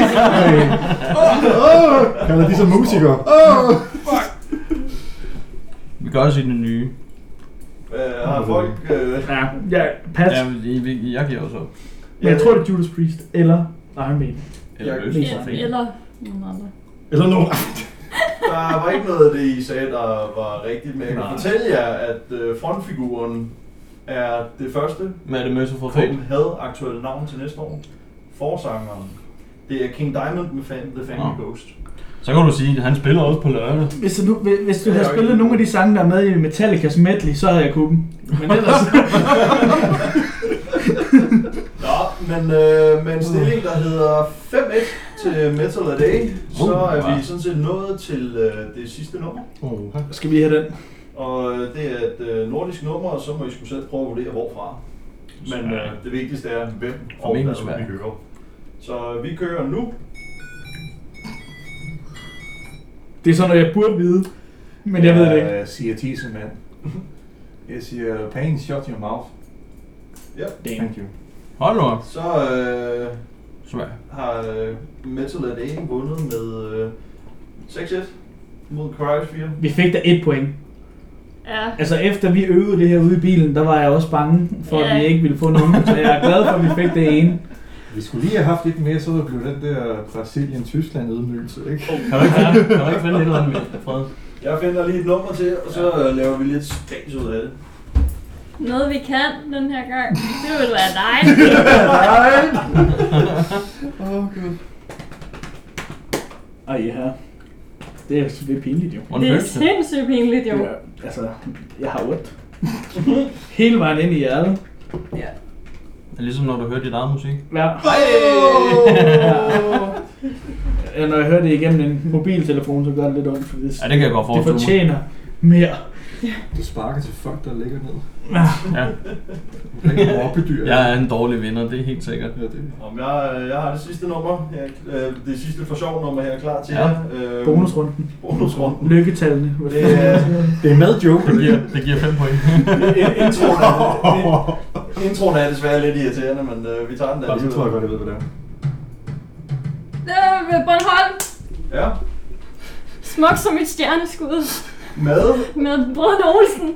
Speaker 1: Åh, åh. Kalder de sig musikere? Åh.
Speaker 2: Vi kan også se den nye.
Speaker 5: Øh, har folk... Øh,
Speaker 4: Ja, ja, pas.
Speaker 2: Ja,
Speaker 4: Ja,
Speaker 2: vi- vi- jeg giver også op.
Speaker 4: men jeg tror, det er Judas Priest eller Iron Maiden.
Speaker 2: Eller
Speaker 5: Jeg-
Speaker 2: løs.
Speaker 4: Ja,
Speaker 2: Ja,
Speaker 3: Eller nogen andre.
Speaker 1: Eller nu.
Speaker 5: Der var ikke noget af det, I sagde, der var rigtigt, men jeg kan
Speaker 2: Nej.
Speaker 5: fortælle jer, at øh, frontfiguren er det første
Speaker 2: Med det merciful fate.
Speaker 5: Copenhagen aktuelle navn til næste år. Forsangeren. Det er King Diamond med fan, The Family
Speaker 2: Nå.
Speaker 5: Ghost.
Speaker 2: Så kan du sige, at han spiller også på lørdag.
Speaker 4: Hvis du, hvis- hvis du
Speaker 5: Ja,
Speaker 4: havde
Speaker 5: okay.
Speaker 4: spillet nogle af de sange, der er med i Metallica's medley, så havde jeg kunnet dem. Men ellers...
Speaker 5: Nå, men øh, med en stilling, der hedder 5-1 til Metal A Day, så
Speaker 2: Uh,
Speaker 5: er
Speaker 2: wow.
Speaker 5: vi sådan set nået til øh, det sidste nummer.
Speaker 4: Skal vi have den?
Speaker 5: Og øh, det er et øh, nordisk nummer, og så må I skulle selv prøve at vurdere, hvorfra. Men
Speaker 2: Sverige.
Speaker 5: øh, det vigtigste er, hvem og
Speaker 2: Formentlig
Speaker 5: hvad vi
Speaker 2: Sverige.
Speaker 5: hører. Så øh, vi kører nu.
Speaker 4: Det er sådan noget, jeg burde vide. Men jeg ved det ikke.
Speaker 1: Jeg siger tissemand. Jeg siger, pain shut your mouth.
Speaker 4: Damn.
Speaker 1: Thank you.
Speaker 2: Hold nu op.
Speaker 5: Så øh,
Speaker 2: Sverige.
Speaker 5: har øh, Metal A Day vundet med øh, 6-1 mod Cryos 4.
Speaker 4: Vi fik da et point.
Speaker 3: Ja.
Speaker 4: Altså efter vi øvede det her ude i bilen, der var jeg også bange for, at
Speaker 3: Ja.
Speaker 4: vi ikke ville få nogen. Så jeg er glad for, at vi fik det ene.
Speaker 1: Vi skulle lige have haft lidt mere, så blev den der Brasilien-Tyskland ydmygelse, ikke?
Speaker 4: Oh.
Speaker 2: Kan du ikke finde, kan du ikke finde et eller andet med, Fred?
Speaker 5: Jeg finder lige et nummer til, og så øh, laver vi lidt spas ud af det.
Speaker 3: Noget vi kan den her gang, det ville være dejligt.
Speaker 4: Ej, ja. Det er, det er pinligt jo.
Speaker 2: Hvor
Speaker 3: Det er
Speaker 2: løs det?
Speaker 3: sindssygt pinligt, jo.
Speaker 4: Ja, altså, jeg har ondt. Hele vejen ind i hjertet.
Speaker 2: Det er ligesom når du hører dit eget musik.
Speaker 4: Ja. ja. Når jeg hører det igennem en mobiltelefon, så gør det lidt ondt, for det,
Speaker 2: Ja, det kan jeg godt
Speaker 4: det
Speaker 2: forestille mig.
Speaker 4: fortjener mere.
Speaker 1: Du sparker til folk, der ligger ned.
Speaker 2: Ja.
Speaker 1: Du kan ikke råbedyr.
Speaker 2: Jeg er en dårlig vinder, det er helt sikkert.
Speaker 1: Ja, det
Speaker 5: Om jeg, øh, jeg har det sidste nummer, jeg, øh, det sidste for sjov nummer her klar til
Speaker 2: Ja.
Speaker 5: jer. Øh,
Speaker 4: Bonusrunden.
Speaker 5: Bonusrunden.
Speaker 4: Lykketallene. Hvad
Speaker 5: Det
Speaker 4: fanden
Speaker 5: er-
Speaker 4: er det?
Speaker 2: Det er med joke. Det giver, det giver 5 point.
Speaker 5: In- introen, er, in- introen er desværre lidt irriterende, men øh, vi tager den der
Speaker 1: Nu tror jeg godt, jeg ved, hvad det er.
Speaker 3: Øh, Bornholm!
Speaker 5: Ja,
Speaker 3: Smuk som et stjerneskud
Speaker 5: med
Speaker 3: med Brødrene Olsen.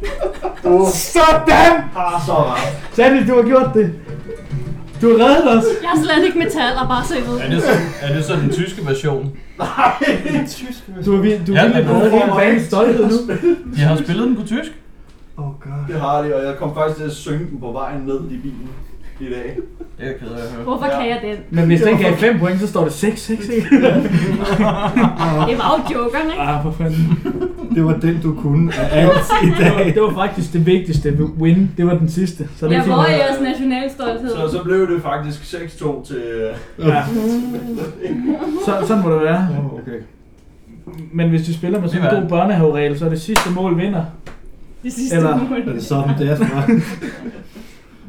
Speaker 4: Sådan!
Speaker 5: har så ret.
Speaker 4: Sandy, du har gjort det. Du har reddet os.
Speaker 3: Jeg er slet ikke metaller, bare så I ved.
Speaker 2: Er det, så, er det så den tyske version?
Speaker 5: Nej, tysk.
Speaker 4: Du har vildt, du
Speaker 2: Ja,
Speaker 4: har vildt
Speaker 2: men-
Speaker 4: reddet hele banens stolthed nu.
Speaker 2: De har spillet den på tysk?
Speaker 4: Oh god.
Speaker 5: Det har de, og jeg kom faktisk til at synge den på vejen ned i bilen i dag.
Speaker 2: Det er jeg ked af at høre.
Speaker 3: Hvorfor
Speaker 5: Ja.
Speaker 3: kan jeg den?
Speaker 4: Men hvis den gav 5 point, så står det 6, 6, 6.
Speaker 3: Det var jo jokeren, ikke?
Speaker 4: ah, for fanden.
Speaker 1: Det var den, du kunne af alt i
Speaker 4: Det var, det var faktisk det vigtigste win. Det var den sidste. Så det
Speaker 3: Jeg
Speaker 4: er fint.
Speaker 3: var i jeres nationalstolthed.
Speaker 5: Så, så blev det faktisk 6-2 til... Øh,
Speaker 4: Ja. Så, sådan må det være.
Speaker 1: Åh, okay.
Speaker 4: Men hvis du spiller med sådan
Speaker 2: Det var-
Speaker 4: en god børnehaveregel, så er det sidste mål vinder.
Speaker 3: Det sidste
Speaker 4: Eller-
Speaker 3: mål.
Speaker 1: Er det sådan, det er for mig?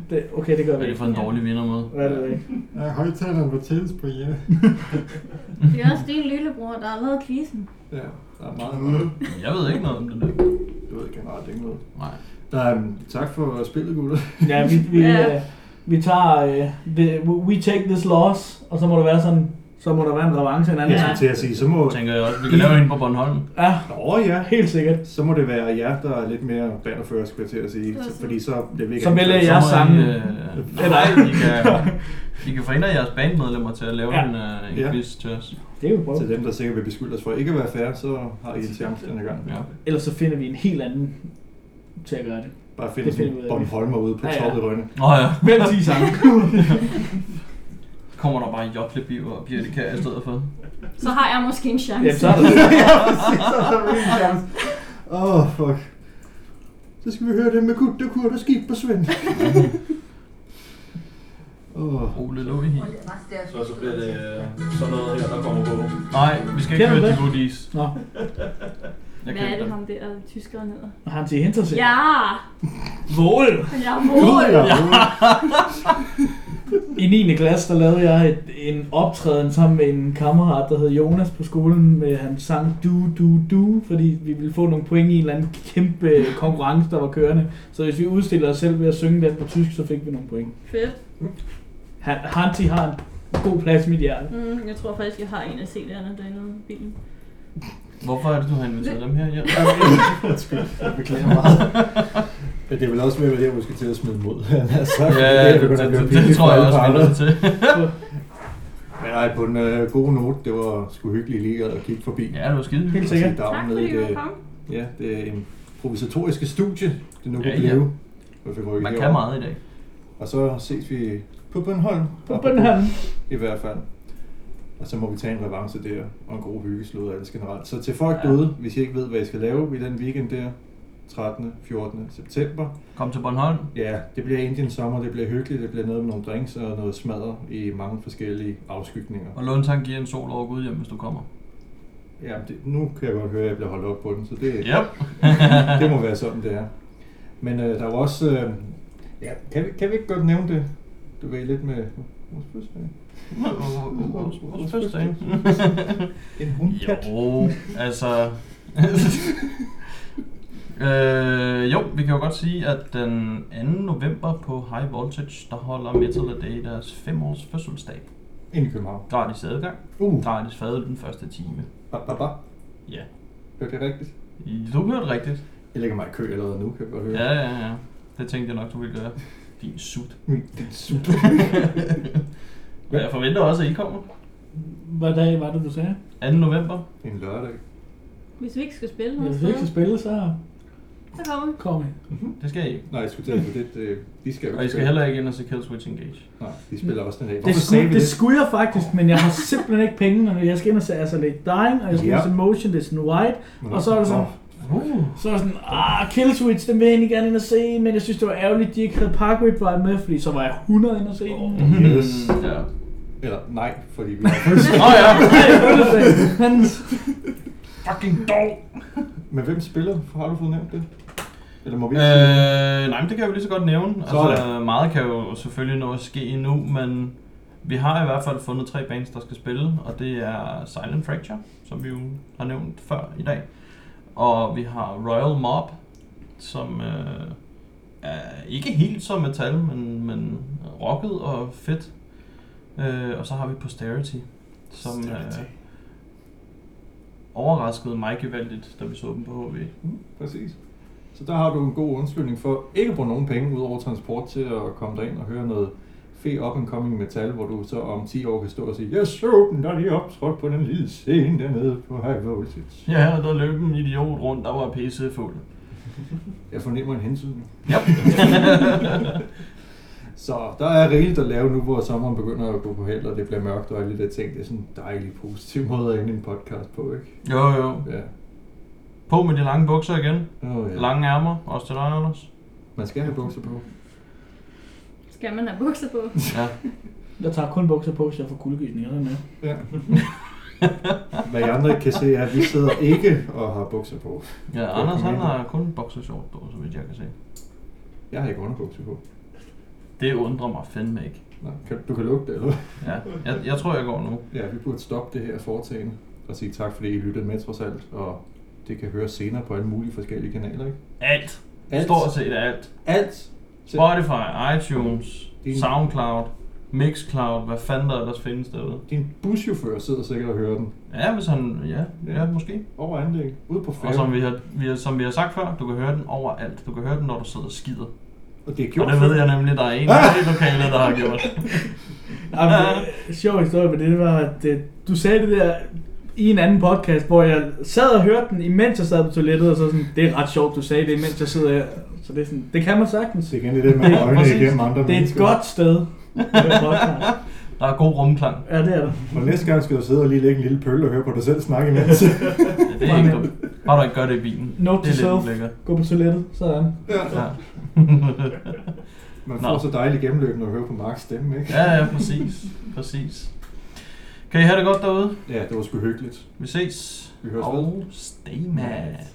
Speaker 4: Det, okay, det gør
Speaker 2: Hvad
Speaker 4: vi
Speaker 2: er det
Speaker 4: ikke.
Speaker 2: for en dårlig vinder med?
Speaker 4: Hvad er det ikke?
Speaker 1: Ja, højtaleren var tættest på jer.
Speaker 3: Det er også din lillebror, der har lavet quizzen.
Speaker 1: Ja, der er meget.
Speaker 2: Jeg ved ikke noget om det der.
Speaker 1: Jeg ved generelt ikke noget.
Speaker 2: Nej.
Speaker 1: Nej, men tak for spillet, gutter.
Speaker 4: Ja, vi, vi,
Speaker 3: Ja.
Speaker 4: ja. vi tager... Øh, the, we take this loss, og så må det være sådan... Så må der være en revanche en anden
Speaker 1: Jeg
Speaker 3: Ja.
Speaker 4: gang.
Speaker 1: skulle til at sige, så må...
Speaker 2: Tænker jeg også. Vi kan lave en på Bornholm.
Speaker 4: Ja,
Speaker 1: Nå ja,
Speaker 4: helt sikkert.
Speaker 1: så må det være jer, der er lidt mere bannerfører, skulle jeg til at sige.
Speaker 3: Det var
Speaker 1: Så-
Speaker 3: sådan.
Speaker 1: Fordi så bliver vi ikke...
Speaker 4: Så vælger
Speaker 1: anklaget.
Speaker 4: jeg sangen.
Speaker 2: Øh, nej, I kan, I kan forhindre jeres bandmedlemmer til at lave
Speaker 4: Ja.
Speaker 2: en, øh, en
Speaker 1: Ja.
Speaker 2: quiz til os.
Speaker 4: Det er jo prøvet.
Speaker 1: Til dem, der sikkert vil beskylde os for ikke at være fair, så har I en chance denne gang.
Speaker 2: Ja.
Speaker 4: Ellers så finder vi en helt anden til at gøre det.
Speaker 1: Bare finde
Speaker 4: Det finder
Speaker 1: sådan
Speaker 4: vi ud af.
Speaker 1: en Bornholmer ude på
Speaker 4: Ja, ja.
Speaker 1: toppen af Rønne.
Speaker 2: Nå ja.
Speaker 4: Hvem de sange?
Speaker 2: Kommer der bare jotlebiver og Birte Kær i stedet for?
Speaker 3: Så har jeg måske en chance.
Speaker 4: Ja, så er der det.
Speaker 1: Åh, oh, fuck. Så skal vi høre det med gut, du kurde skib på Svend. Åh, oh,
Speaker 2: Ole Lohi.
Speaker 5: så, så bliver det øh, sådan noget her, der kommer på.
Speaker 2: Nej, vi skal ikke
Speaker 4: Kender du
Speaker 2: høre de
Speaker 4: det?
Speaker 2: goodies.
Speaker 4: Nå,
Speaker 2: Jeg
Speaker 3: Hvad er
Speaker 2: købte
Speaker 3: det,
Speaker 2: dem.
Speaker 3: ham der tyskeren hedder?
Speaker 4: han til henter sig.
Speaker 3: Ja!
Speaker 4: Vål!
Speaker 3: Jeg er mål!
Speaker 4: I 9. klasse, der lavede jeg et, en optræden sammen med en kammerat, der hed Jonas på skolen, med han sang du, du, du, fordi vi ville få nogle point i en eller anden kæmpe konkurrence, der var kørende. Så hvis vi udstiller os selv ved at synge den på tysk, så fik vi nogle point.
Speaker 3: Fedt.
Speaker 4: Han, Hanti har en god plads i mit hjerte.
Speaker 3: Mm, jeg tror faktisk, jeg har en af CD'erne derinde i bilen.
Speaker 2: Hvorfor er det, du har inviteret dem her? Ja.
Speaker 1: jeg beklager meget. Men det er vel også med, at jeg måske til at smide mod. Han har sagt,
Speaker 2: Ja,
Speaker 1: at
Speaker 2: det,
Speaker 1: begynder
Speaker 2: det,
Speaker 1: at blive
Speaker 2: det, det
Speaker 1: pinligt for
Speaker 2: tror jeg
Speaker 1: alle
Speaker 2: også, vi er
Speaker 1: parter.
Speaker 2: nødt til.
Speaker 1: Men nej, på en øh, god note, det var sgu hyggeligt lige at kigge forbi.
Speaker 2: Ja, det var skide.
Speaker 4: Helt sikkert.
Speaker 3: Tak fordi I var kommet.
Speaker 1: Ja, det er en provisatoriske studie, det nu
Speaker 2: Ja,
Speaker 1: kunne
Speaker 2: ja.
Speaker 1: blive. hvor vi rykker
Speaker 2: Man
Speaker 1: herover.
Speaker 2: kan meget i dag.
Speaker 1: Og så ses vi på Bornholm.
Speaker 4: På Bornholm.
Speaker 1: I hvert fald. Og så må vi tage en revanche der, og en god hyggeslud og alles generelt. Så til folk
Speaker 2: Ja.
Speaker 1: ja. derude, hvis I ikke ved, hvad I skal lave i den weekend der, 13. 14. september.
Speaker 2: Kom til Bornholm.
Speaker 1: Ja, det bliver Indian sommer, det bliver hyggeligt, det bliver noget med nogle drinks og noget smadder i mange forskellige afskygninger.
Speaker 2: Og Lundtang giver en sol over Gud hjem, hvis du kommer.
Speaker 1: Ja, det, nu kan jeg godt høre, at jeg bliver holdt op på den, så det,
Speaker 2: Yep.
Speaker 1: det må være sådan, det er. Men øh, der var også... Øh, ja, kan, vi, kan vi ikke godt nævne det? Du ved lidt med... Vores fødselsdag.
Speaker 2: Vores- vores fødselsdag.
Speaker 1: En hundkat.
Speaker 2: Jo, altså... øh, jo, vi kan jo godt sige, at den 2. november på High Voltage, der holder Metal A Day deres 5 års fødselsdag.
Speaker 1: Ind i København.
Speaker 2: Gratis adgang,
Speaker 1: Uh,
Speaker 2: gratis fadøl den første time.
Speaker 1: ba, ba, ba.
Speaker 2: Ja,
Speaker 1: Hørte jeg rigtigt?
Speaker 2: du hørte rigtigt.
Speaker 1: Jeg lægger mig i kø allerede nu, kan jeg godt høre.
Speaker 2: Ja, ja, ja. Det tænkte jeg nok, du ville gøre. Din sut.
Speaker 1: Min- Det er super.
Speaker 2: Og jeg forventer også, at I kommer.
Speaker 4: Hvad dag var det, du sagde?
Speaker 2: 2. november.
Speaker 1: En lørdag.
Speaker 3: Hvis vi ikke skal spille noget
Speaker 4: Hvis vi ikke skal
Speaker 3: sted,
Speaker 4: spille, så
Speaker 3: så kommer vi.
Speaker 4: kom I.
Speaker 2: Det skal I ikke.
Speaker 1: Mhm. Nej, jeg skulle tage på det. øh, De skal jo
Speaker 2: Og I skal
Speaker 1: spille.
Speaker 2: heller ikke ind og se Killswitch Engage.
Speaker 1: Nej, de spiller også den dag.
Speaker 4: Det
Speaker 1: Hvorfor sagde
Speaker 4: skulle,
Speaker 1: vi
Speaker 4: det
Speaker 1: det?
Speaker 4: skulle jeg faktisk, men jeg har simpelthen ikke penge. og Jeg skal ind og se Azalea Dying, og jeg skal ind og se
Speaker 1: Ja.
Speaker 4: Motionless in White, og så er det sådan,
Speaker 1: Nå,
Speaker 2: Uh.
Speaker 4: Så var jeg sådan, ah, Killswitch, den vil jeg egentlig gerne ind og se, men jeg synes, det var ærgerligt, at de ikke havde Parkway Drive med, fordi så var jeg 100 ind og se den.
Speaker 1: Mhm.
Speaker 4: Oh.
Speaker 1: Yes.
Speaker 2: Ja.
Speaker 1: Eller nej, fordi vi har fødselsdag.
Speaker 2: Nå ja.
Speaker 4: Men
Speaker 2: Fucking dog.
Speaker 1: Men hvem spiller? Har du fået nævnt det? Eller må vi ikke sige det?
Speaker 2: Øh, nej, men det kan jeg jo lige så godt nævne. Altså,
Speaker 1: Sådan.
Speaker 2: meget kan jo selvfølgelig nå at ske endnu, men vi har i hvert fald fundet tre bands, der skal spille, og det er Silent Fracture, som vi jo har nævnt før i dag. Og vi har Royal Mob, som øh, er ikke helt så metal, men, men rocket og fedt. Øh, og så har vi Posterity, som øh, overraskede mig gevaldigt, da vi så dem på HV.
Speaker 1: Præcis. Så der har du en god undskyldning for ikke at bruge nogen penge ud over transport til at komme derind og høre noget fe up and coming metal, hvor du så om 10 år kan stå og sige, jeg så dem, der lige optrådte på den lille scene dernede på High Voltage.
Speaker 2: Ja, og der løb en idiot rundt, der var pissefuld.
Speaker 1: Jeg fornemmer en hensyn.
Speaker 2: Ja.
Speaker 1: Så der er rigeligt at lave nu, hvor sommeren begynder at gå på held, og det bliver mørkt og alle de der ting. Det er sådan en dejlig, positiv måde at ende en podcast på, ikke?
Speaker 2: jo, jo.
Speaker 1: Ja.
Speaker 2: På med de lange bukser igen.
Speaker 1: Oh, ja.
Speaker 2: Lange ærmer, også til dig, Anders.
Speaker 1: Man skal have bukser på.
Speaker 3: Skal man have bukser på?
Speaker 2: Ja.
Speaker 4: Jeg tager kun bukser på, hvis jeg får kuldegysninger. Sådan er det.
Speaker 1: Ja. Hvad I andre ikke kan se, er, at vi sidder ikke og har bukser på.
Speaker 2: ja Anders, han har kun boxershort på, så vidt jeg kan se.
Speaker 1: Jeg har ikke underbukser på.
Speaker 2: Det undrer mig fandme ikke.
Speaker 1: Nej, kan, du kan lugte det, eller hvad?
Speaker 2: Ja, jeg, jeg tror, jeg går nu.
Speaker 1: Ja, vi burde stoppe det her foretagende og sige tak, fordi I lyttede med trods alt, og det kan høres senere på alle mulige forskellige kanaler, ikke?
Speaker 2: Alt.
Speaker 1: Alt.
Speaker 2: Stort set alt.
Speaker 1: Alt!
Speaker 2: Spotify, iTunes,
Speaker 1: Din-
Speaker 2: Soundcloud, Mixcloud, hvad fanden der ellers findes derude.
Speaker 1: Din buschauffør sidder sikkert og hører den
Speaker 2: Ja, hvis han, ja, ja måske.
Speaker 1: over anlæg, ude på
Speaker 2: Og
Speaker 1: færgen.
Speaker 2: som vi, har, vi har, som vi har sagt før, du kan høre den overalt. Du kan høre den, når du sidder og skider.
Speaker 1: og det er
Speaker 2: Og
Speaker 1: gjort.
Speaker 2: det ved jeg nemlig, der er en i det lokale, der har gjort.
Speaker 4: Jamen, det- en sjov historie med det, det var, at øh, du sagde det der i en anden podcast, hvor jeg sad og hørte den, imens jeg sad på toilettet, og så sådan, det er ret sjovt, du sagde det, imens jeg sidder her. Så det er sådan, det kan man sagtens.
Speaker 1: Det er igen det der med
Speaker 4: Ja,
Speaker 1: øjnene
Speaker 4: præcis.
Speaker 1: igennem andre
Speaker 4: Det er et
Speaker 1: mennesker.
Speaker 4: godt sted. at høre podcast.
Speaker 2: Der er god rumklang.
Speaker 4: Ja, det er det.
Speaker 1: Og næste gang skal du sidde og lige lægge en lille pølle og høre på dig selv snakke imens.
Speaker 2: Ja, det er ikke dumt. Bare du ikke gør det i bilen.
Speaker 4: Note
Speaker 2: det er
Speaker 4: to
Speaker 2: lidt
Speaker 4: self.
Speaker 2: lækkert.
Speaker 4: Gå på toilettet, sådan.
Speaker 2: Ja.
Speaker 1: Man
Speaker 2: Nå.
Speaker 1: får så dejlig gennemløb, når du hører på Marks stemme, ikke?
Speaker 2: ja, ja, præcis. Præcis. Kan I have det godt derude?
Speaker 1: Ja, det var sgu hyggeligt.
Speaker 2: Vi ses.
Speaker 1: Vi høres ved.
Speaker 2: Og stay mad.